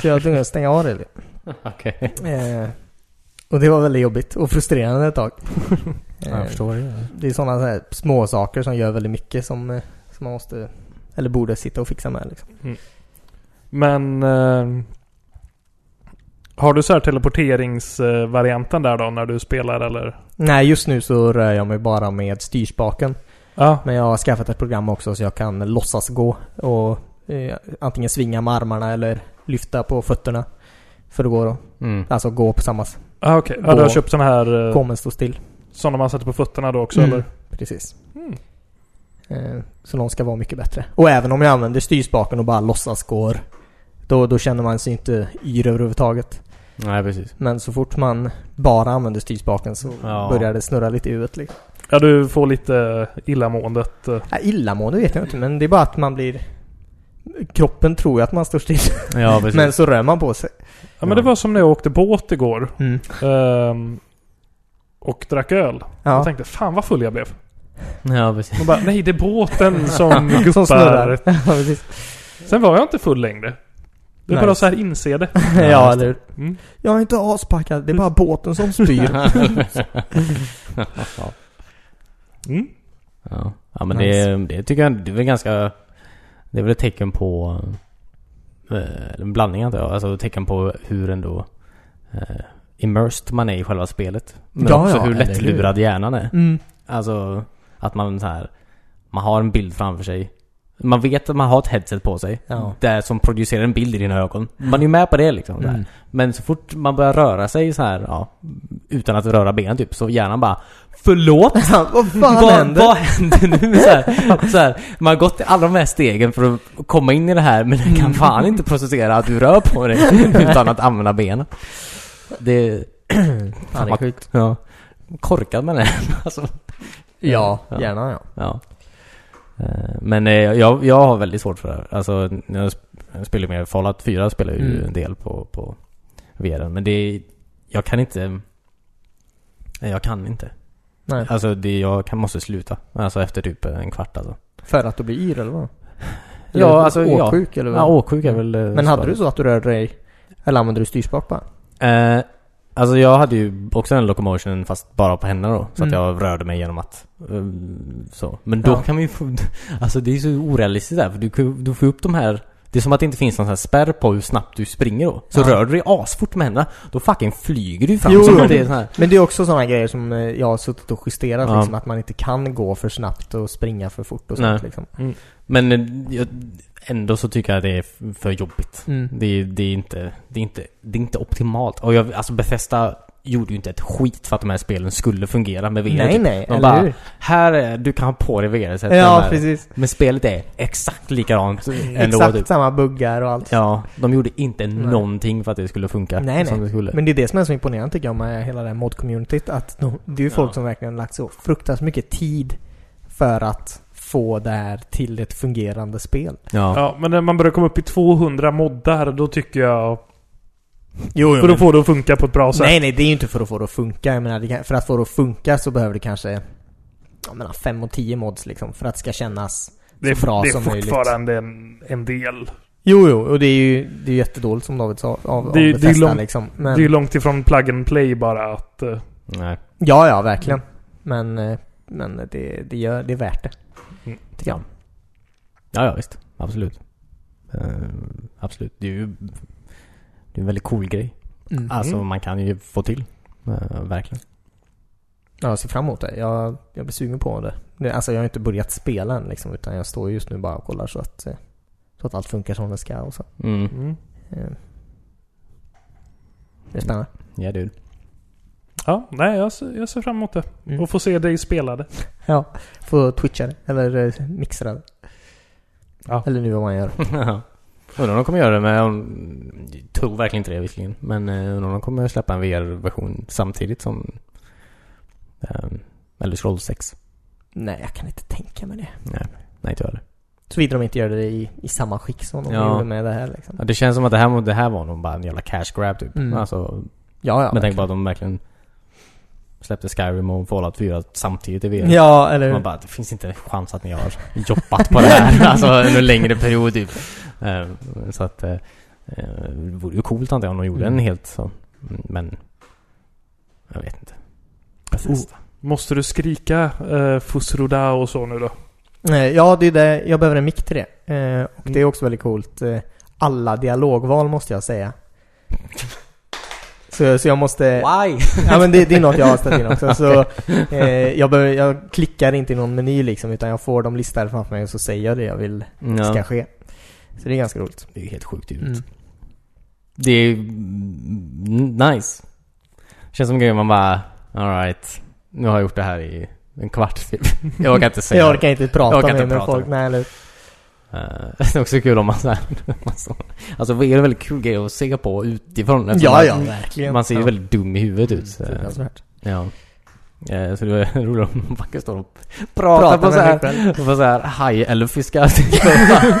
Så jag var tvungen att stänga av det. Okej. Eh, och det var väldigt jobbigt och frustrerande ett tag. Ja, Eh, jag förstår det. det är sådana här små saker som gör väldigt mycket som, eh, som man måste, eller borde sitta och fixa med liksom. Men... Eh, har du så här teleporteringsvarianten där då när du spelar eller? Nej, just nu så rör jag mig bara med styrspaken. Ja. Men jag har skaffat ett program också så jag kan låtsas gå och eh, antingen svinga med armarna eller lyfta på fötterna. För att gå då. Mm. Alltså gå på samma sätt. Ah, Okej, ja, du har Gå. köpt sådana här... Eh, Gå men stå still. sådana man sätter på fötterna då också Mm. eller? Precis. Mm. Eh, Så de ska vara mycket bättre. Och även om jag använder styrspaken och bara låtsas går. Då, då känner man sig inte yr överhuvudtaget. Nej, precis. Men så fort man bara använder styrspaken så Ja. börjar det snurra lite i huvudet liksom. Ja, du får lite illamåendet. eh. Ja, illamående vet jag inte men det är bara att man blir... Kroppen tror ju att man står still. Ja, precis. Men så rör man på sig. Ja, men det var som när jag åkte båt igår. Mm. ehm, och drack öl. Jag Ja. tänkte fan vad full jag blev. Ja, precis. Man bara, nej det är båten som Som guppar. snurrar. ja, precis. Sen var jag inte full längre. Det är Nice. bara så här inse det. ja, just eller hur? Mm. Jag är inte aspackad. Det är bara båten som styr. Mm. ja. ja, men Nice. det, det tycker jag det är väl ganska... Det är väl ett tecken på... eh, En blandning antar jag. Alltså ett tecken på hur ändå... Eh, immersed man är i själva spelet. Men Ja, också ja, hur eller hur? lättlurad hjärnan är. Mm. Alltså att man så här Man har en bild framför sig Man vet att man har ett headset på sig Ja. Där som producerar en bild i dina ögon Man är ju med på det liksom så här. Mm. Men så fort man börjar röra sig så här, ja, Utan att röra benen typ Så hjärnan bara Förlåt? Vad fan vad, händer? vad händer nu? Så här, så här, man har gått alla de här stegen för att komma in i det här Men den Mm. kan fan inte processera att du rör på dig Utan att använda benen Det... Fan, det är sjukt. Ja, korkad man är alltså, Ja, Ja. gärna ja. Ja. Eh, Men eh, jag, jag har väldigt svårt för det här. Alltså, när jag sp- jag spelar med Fallout 4 spelar jag ju Mm. en del på, på VR. Men det är, Jag kan inte... Nej, Jag kan inte. Nej. Alltså, det, jag kan, måste sluta. Alltså efter typ en kvart alltså. För att du blir yr eller vad? Ja, Eller alltså, ja. åksjuk eller vad? Ja, åksjuk är väl... eh, Mm. Men hade svaret. du så att du rörde dig? Eller använde du styrspak bara? Eh, alltså jag hade ju också en locomotion fast bara på händerna då. Så Mm. att jag rörde mig genom att... eh, så. Men då Ja. kan man ju få... Alltså det är så orealistiskt där för du, kan- du får upp de här... Det är som att det inte finns någon sån här spärr på hur snabbt du springer då. Så Ja. rör du dig asfort med händerna, då fucking flyger du fram Jo, som jo. att det är sån här... Men det är också sådana grejer som eh, jag har suttit och justerat Ja. liksom. Att man inte kan gå för snabbt och springa för fort och sånt Nej. liksom. Men eh, jag, ändå så tycker jag det är f- för jobbigt. Det är, det, är inte, det, är inte, det är inte optimalt. Och jag, alltså Bethesda gjorde ju inte ett skit för att de här spelen skulle fungera med VR. Nej, typ. nej, De eller bara, hur? Här är, du kan ha på dig VR-sätt. Ja, precis. Men spelet är exakt likadant ändå. Exakt Typ. samma buggar och allt. Ja, de gjorde inte någonting för att det skulle funka Nej, som nej. det skulle. Men det är det som är så imponerande tycker jag med hela det här mod-communityt. Att de, det är ju folk Ja. som verkligen lagt så fruktansvärt mycket tid för att få det här till ett fungerande spel. Ja. Ja, men när man börjar komma upp i 200 moddar då tycker jag... Jo, För att få det att funka på ett bra sätt. Nej, nej, det är ju inte för att få det att funka. Jag menar, det kan, för att få det att funka så behöver du kanske jag menar, 5 och 10 mods liksom. För att det ska kännas det är, så bra det är som möjligt. fortfarande en, en del. Jo, jo, och det är ju det är jättedåligt som David sa av, Det är- av det är Bethesda långt- liksom. Det Men, är ju långt ifrån plug and play bara att... eh, Nej. Ja, ja, verkligen. Men, eh, men det, det, gör, det är värt det. Mm. Tycker jag. Ja, ja visst. Absolut. Ehm, absolut. Det är ju det är en väldigt cool grej. Mm. Alltså man kan ju få till. Ehm, verkligen. Ja, Jag ser fram emot det. Jag, jag blir sugen på det. det. Alltså jag har inte börjat spela än liksom, utan jag står just nu bara och kollar så att, eh, så att allt funkar som det ska och så. Mm. Mm. Eh. Det är spännande. Ja, du. Ja, nej jag ser, jag ser fram emot det. Mm. Och få se dig spela det. Ja, få twitcha det eller eh, mixa det. Ja. Eller nu vad man gör. Ja. Undrar om de kommer göra det med... om- jag Tror verkligen inte det visserligen. Men eh, undrar om de kommer släppa en VR-version samtidigt som... Um, Elder Scrolls 6. Nej, jag kan inte tänka mig det. Nej, nej inte jag heller. Såvida de inte gör det i, i samma skick som de Ja. gjorde med det här liksom. Ja, det känns som att det här, det här var nog bara en jävla cash grab typ. Mm. Alltså, Ja, ja. med tanke på att de verkligen släppte Skyrim och Fallout 4 samtidigt i VR. Ja, eller Man bara, det finns inte en chans att ni har jobbat på det här. alltså under en längre period typ. Eh, Så att eh, eh, det vore ju coolt antar jag om de gjorde en Mm. helt så. Mm, Men jag vet inte. Oh. Bethesda. Måste du skrika eh, Fusruda och så nu då? Nej, Ja, det är det. Jag behöver en mick till det. Eh, och det är Mm. också väldigt coolt. Eh, alla dialogval måste jag säga. Så, så jag måste... Why? Ja men det, det är något jag har ställt in också. Så, eh, jag, behöver, jag klickar inte i någon meny liksom utan jag får dem listade framför mig och så säger jag det jag vill Ja, ska ske. Så det är ganska roligt. det är ju helt sjukt ut. Mm. Det är mm, nice. Känns som grejen man bara, alright. Nu har jag gjort det här i en kvart typ. Jag orkar inte säga Jag orkar inte prata Jag orkar med, inte med prata folk. med. Nej, eller, Eh, det är också kul om man såhär... alltså det är en väldigt kul grej att se på utifrån. eftersom ja, Alltså, man- ja, verkligen. Man ser ju ja. Typ, alltså. väldigt dum i huvudet ut. eh. så- Fruktansvärt. Ja. Eh, Så det var roligt om man faktiskt står och Prata pratar på med så mig här, själv. på så här haj-elfiska. typ.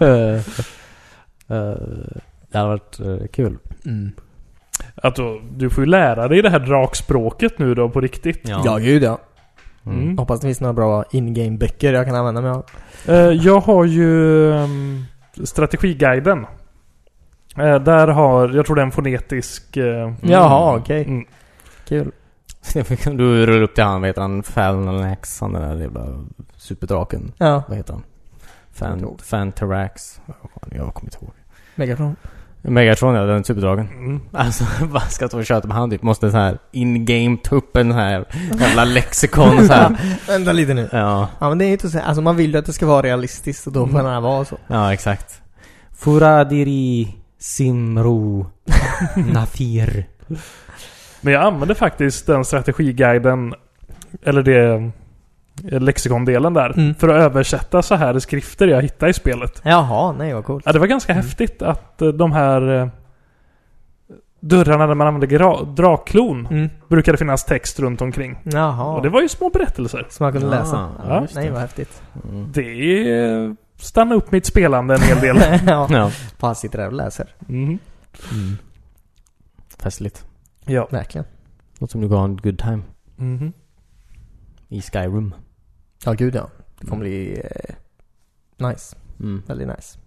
Eh, eh, det hade varit eh, kul. Mm. Att då, du får ju lära dig det här drakspråket nu då på riktigt. Ja. gud ja. Mm. Hoppas det finns några bra in-game böcker jag kan använda mig av. Eh, jag har ju ehm, strategiguiden. Eh, där har, jag tror det är en fonetisk... eh, Jaha, okej. mm. Kul. Du rullar upp till han, vad heter han? Falnax, han den där jävla superdraken. Ja, Vad heter han? Kommer inte Fan, ihåg. Fantarax. Jag kommer inte ihåg. Megatron. Megatron ja, den superdragen. Mm. Alltså vad ska jag stå och köta med han typ? Måste så här in-game ta upp en här jävla lexikon så här. Vänta lite nu. Ja, Ja men det är inte så, alltså man vill ju att det ska vara realistiskt och då får den här vara så. ja exakt. Furadiri Simro Nafir. Men jag använde faktiskt den strategiguiden, eller det eh, lexikondelen där, Mm. för att översätta så här skrifter jag hittade i spelet. Jaha, nej vad coolt. Ja, det var ganska Mm. häftigt att eh, de här eh, dörrarna där man använde gra- drakklon Mm. brukade finnas text runt omkring. Jaha. Och det var ju små berättelser. Som man kunde Ja, läsa. ja, Ja, just nej det. vad häftigt. Mm. Det eh, stannade upp mitt spelande en hel del. ja. Ja, Fan sitter där och läser. Mm. festligt. Ja. Verkligen. Låter som du har en good time Mhm. i Skyrim. Ja gud ja. Det kommer bli eh, nice. Mm. Väldigt nice.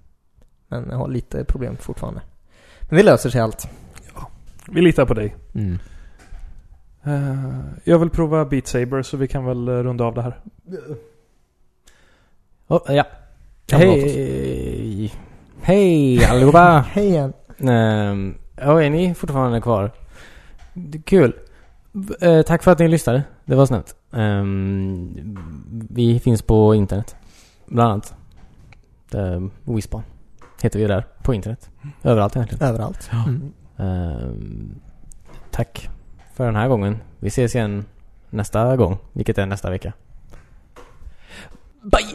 Men jag har lite problem fortfarande. Men det löser sig allt. Vi litar på dig. Mm. Eh, jag vill prova Beat Saber så vi kan väl eh, runda av det här. Oh, ja. Kamrater. Hej! Hej allihopa! Hej igen. Ehm, Ja, är ni fortfarande kvar? Det- Kul. V- eh, Tack för att ni lyssnade. Det var snällt. Ehm, Vi finns på internet. Bland annat. Ehm, Wispan heter vi där. På internet. Överallt egentligen. Överallt. Mm. Ehm, Tack för den här gången. Vi ses igen nästa gång. Vilket är nästa vecka. Bye!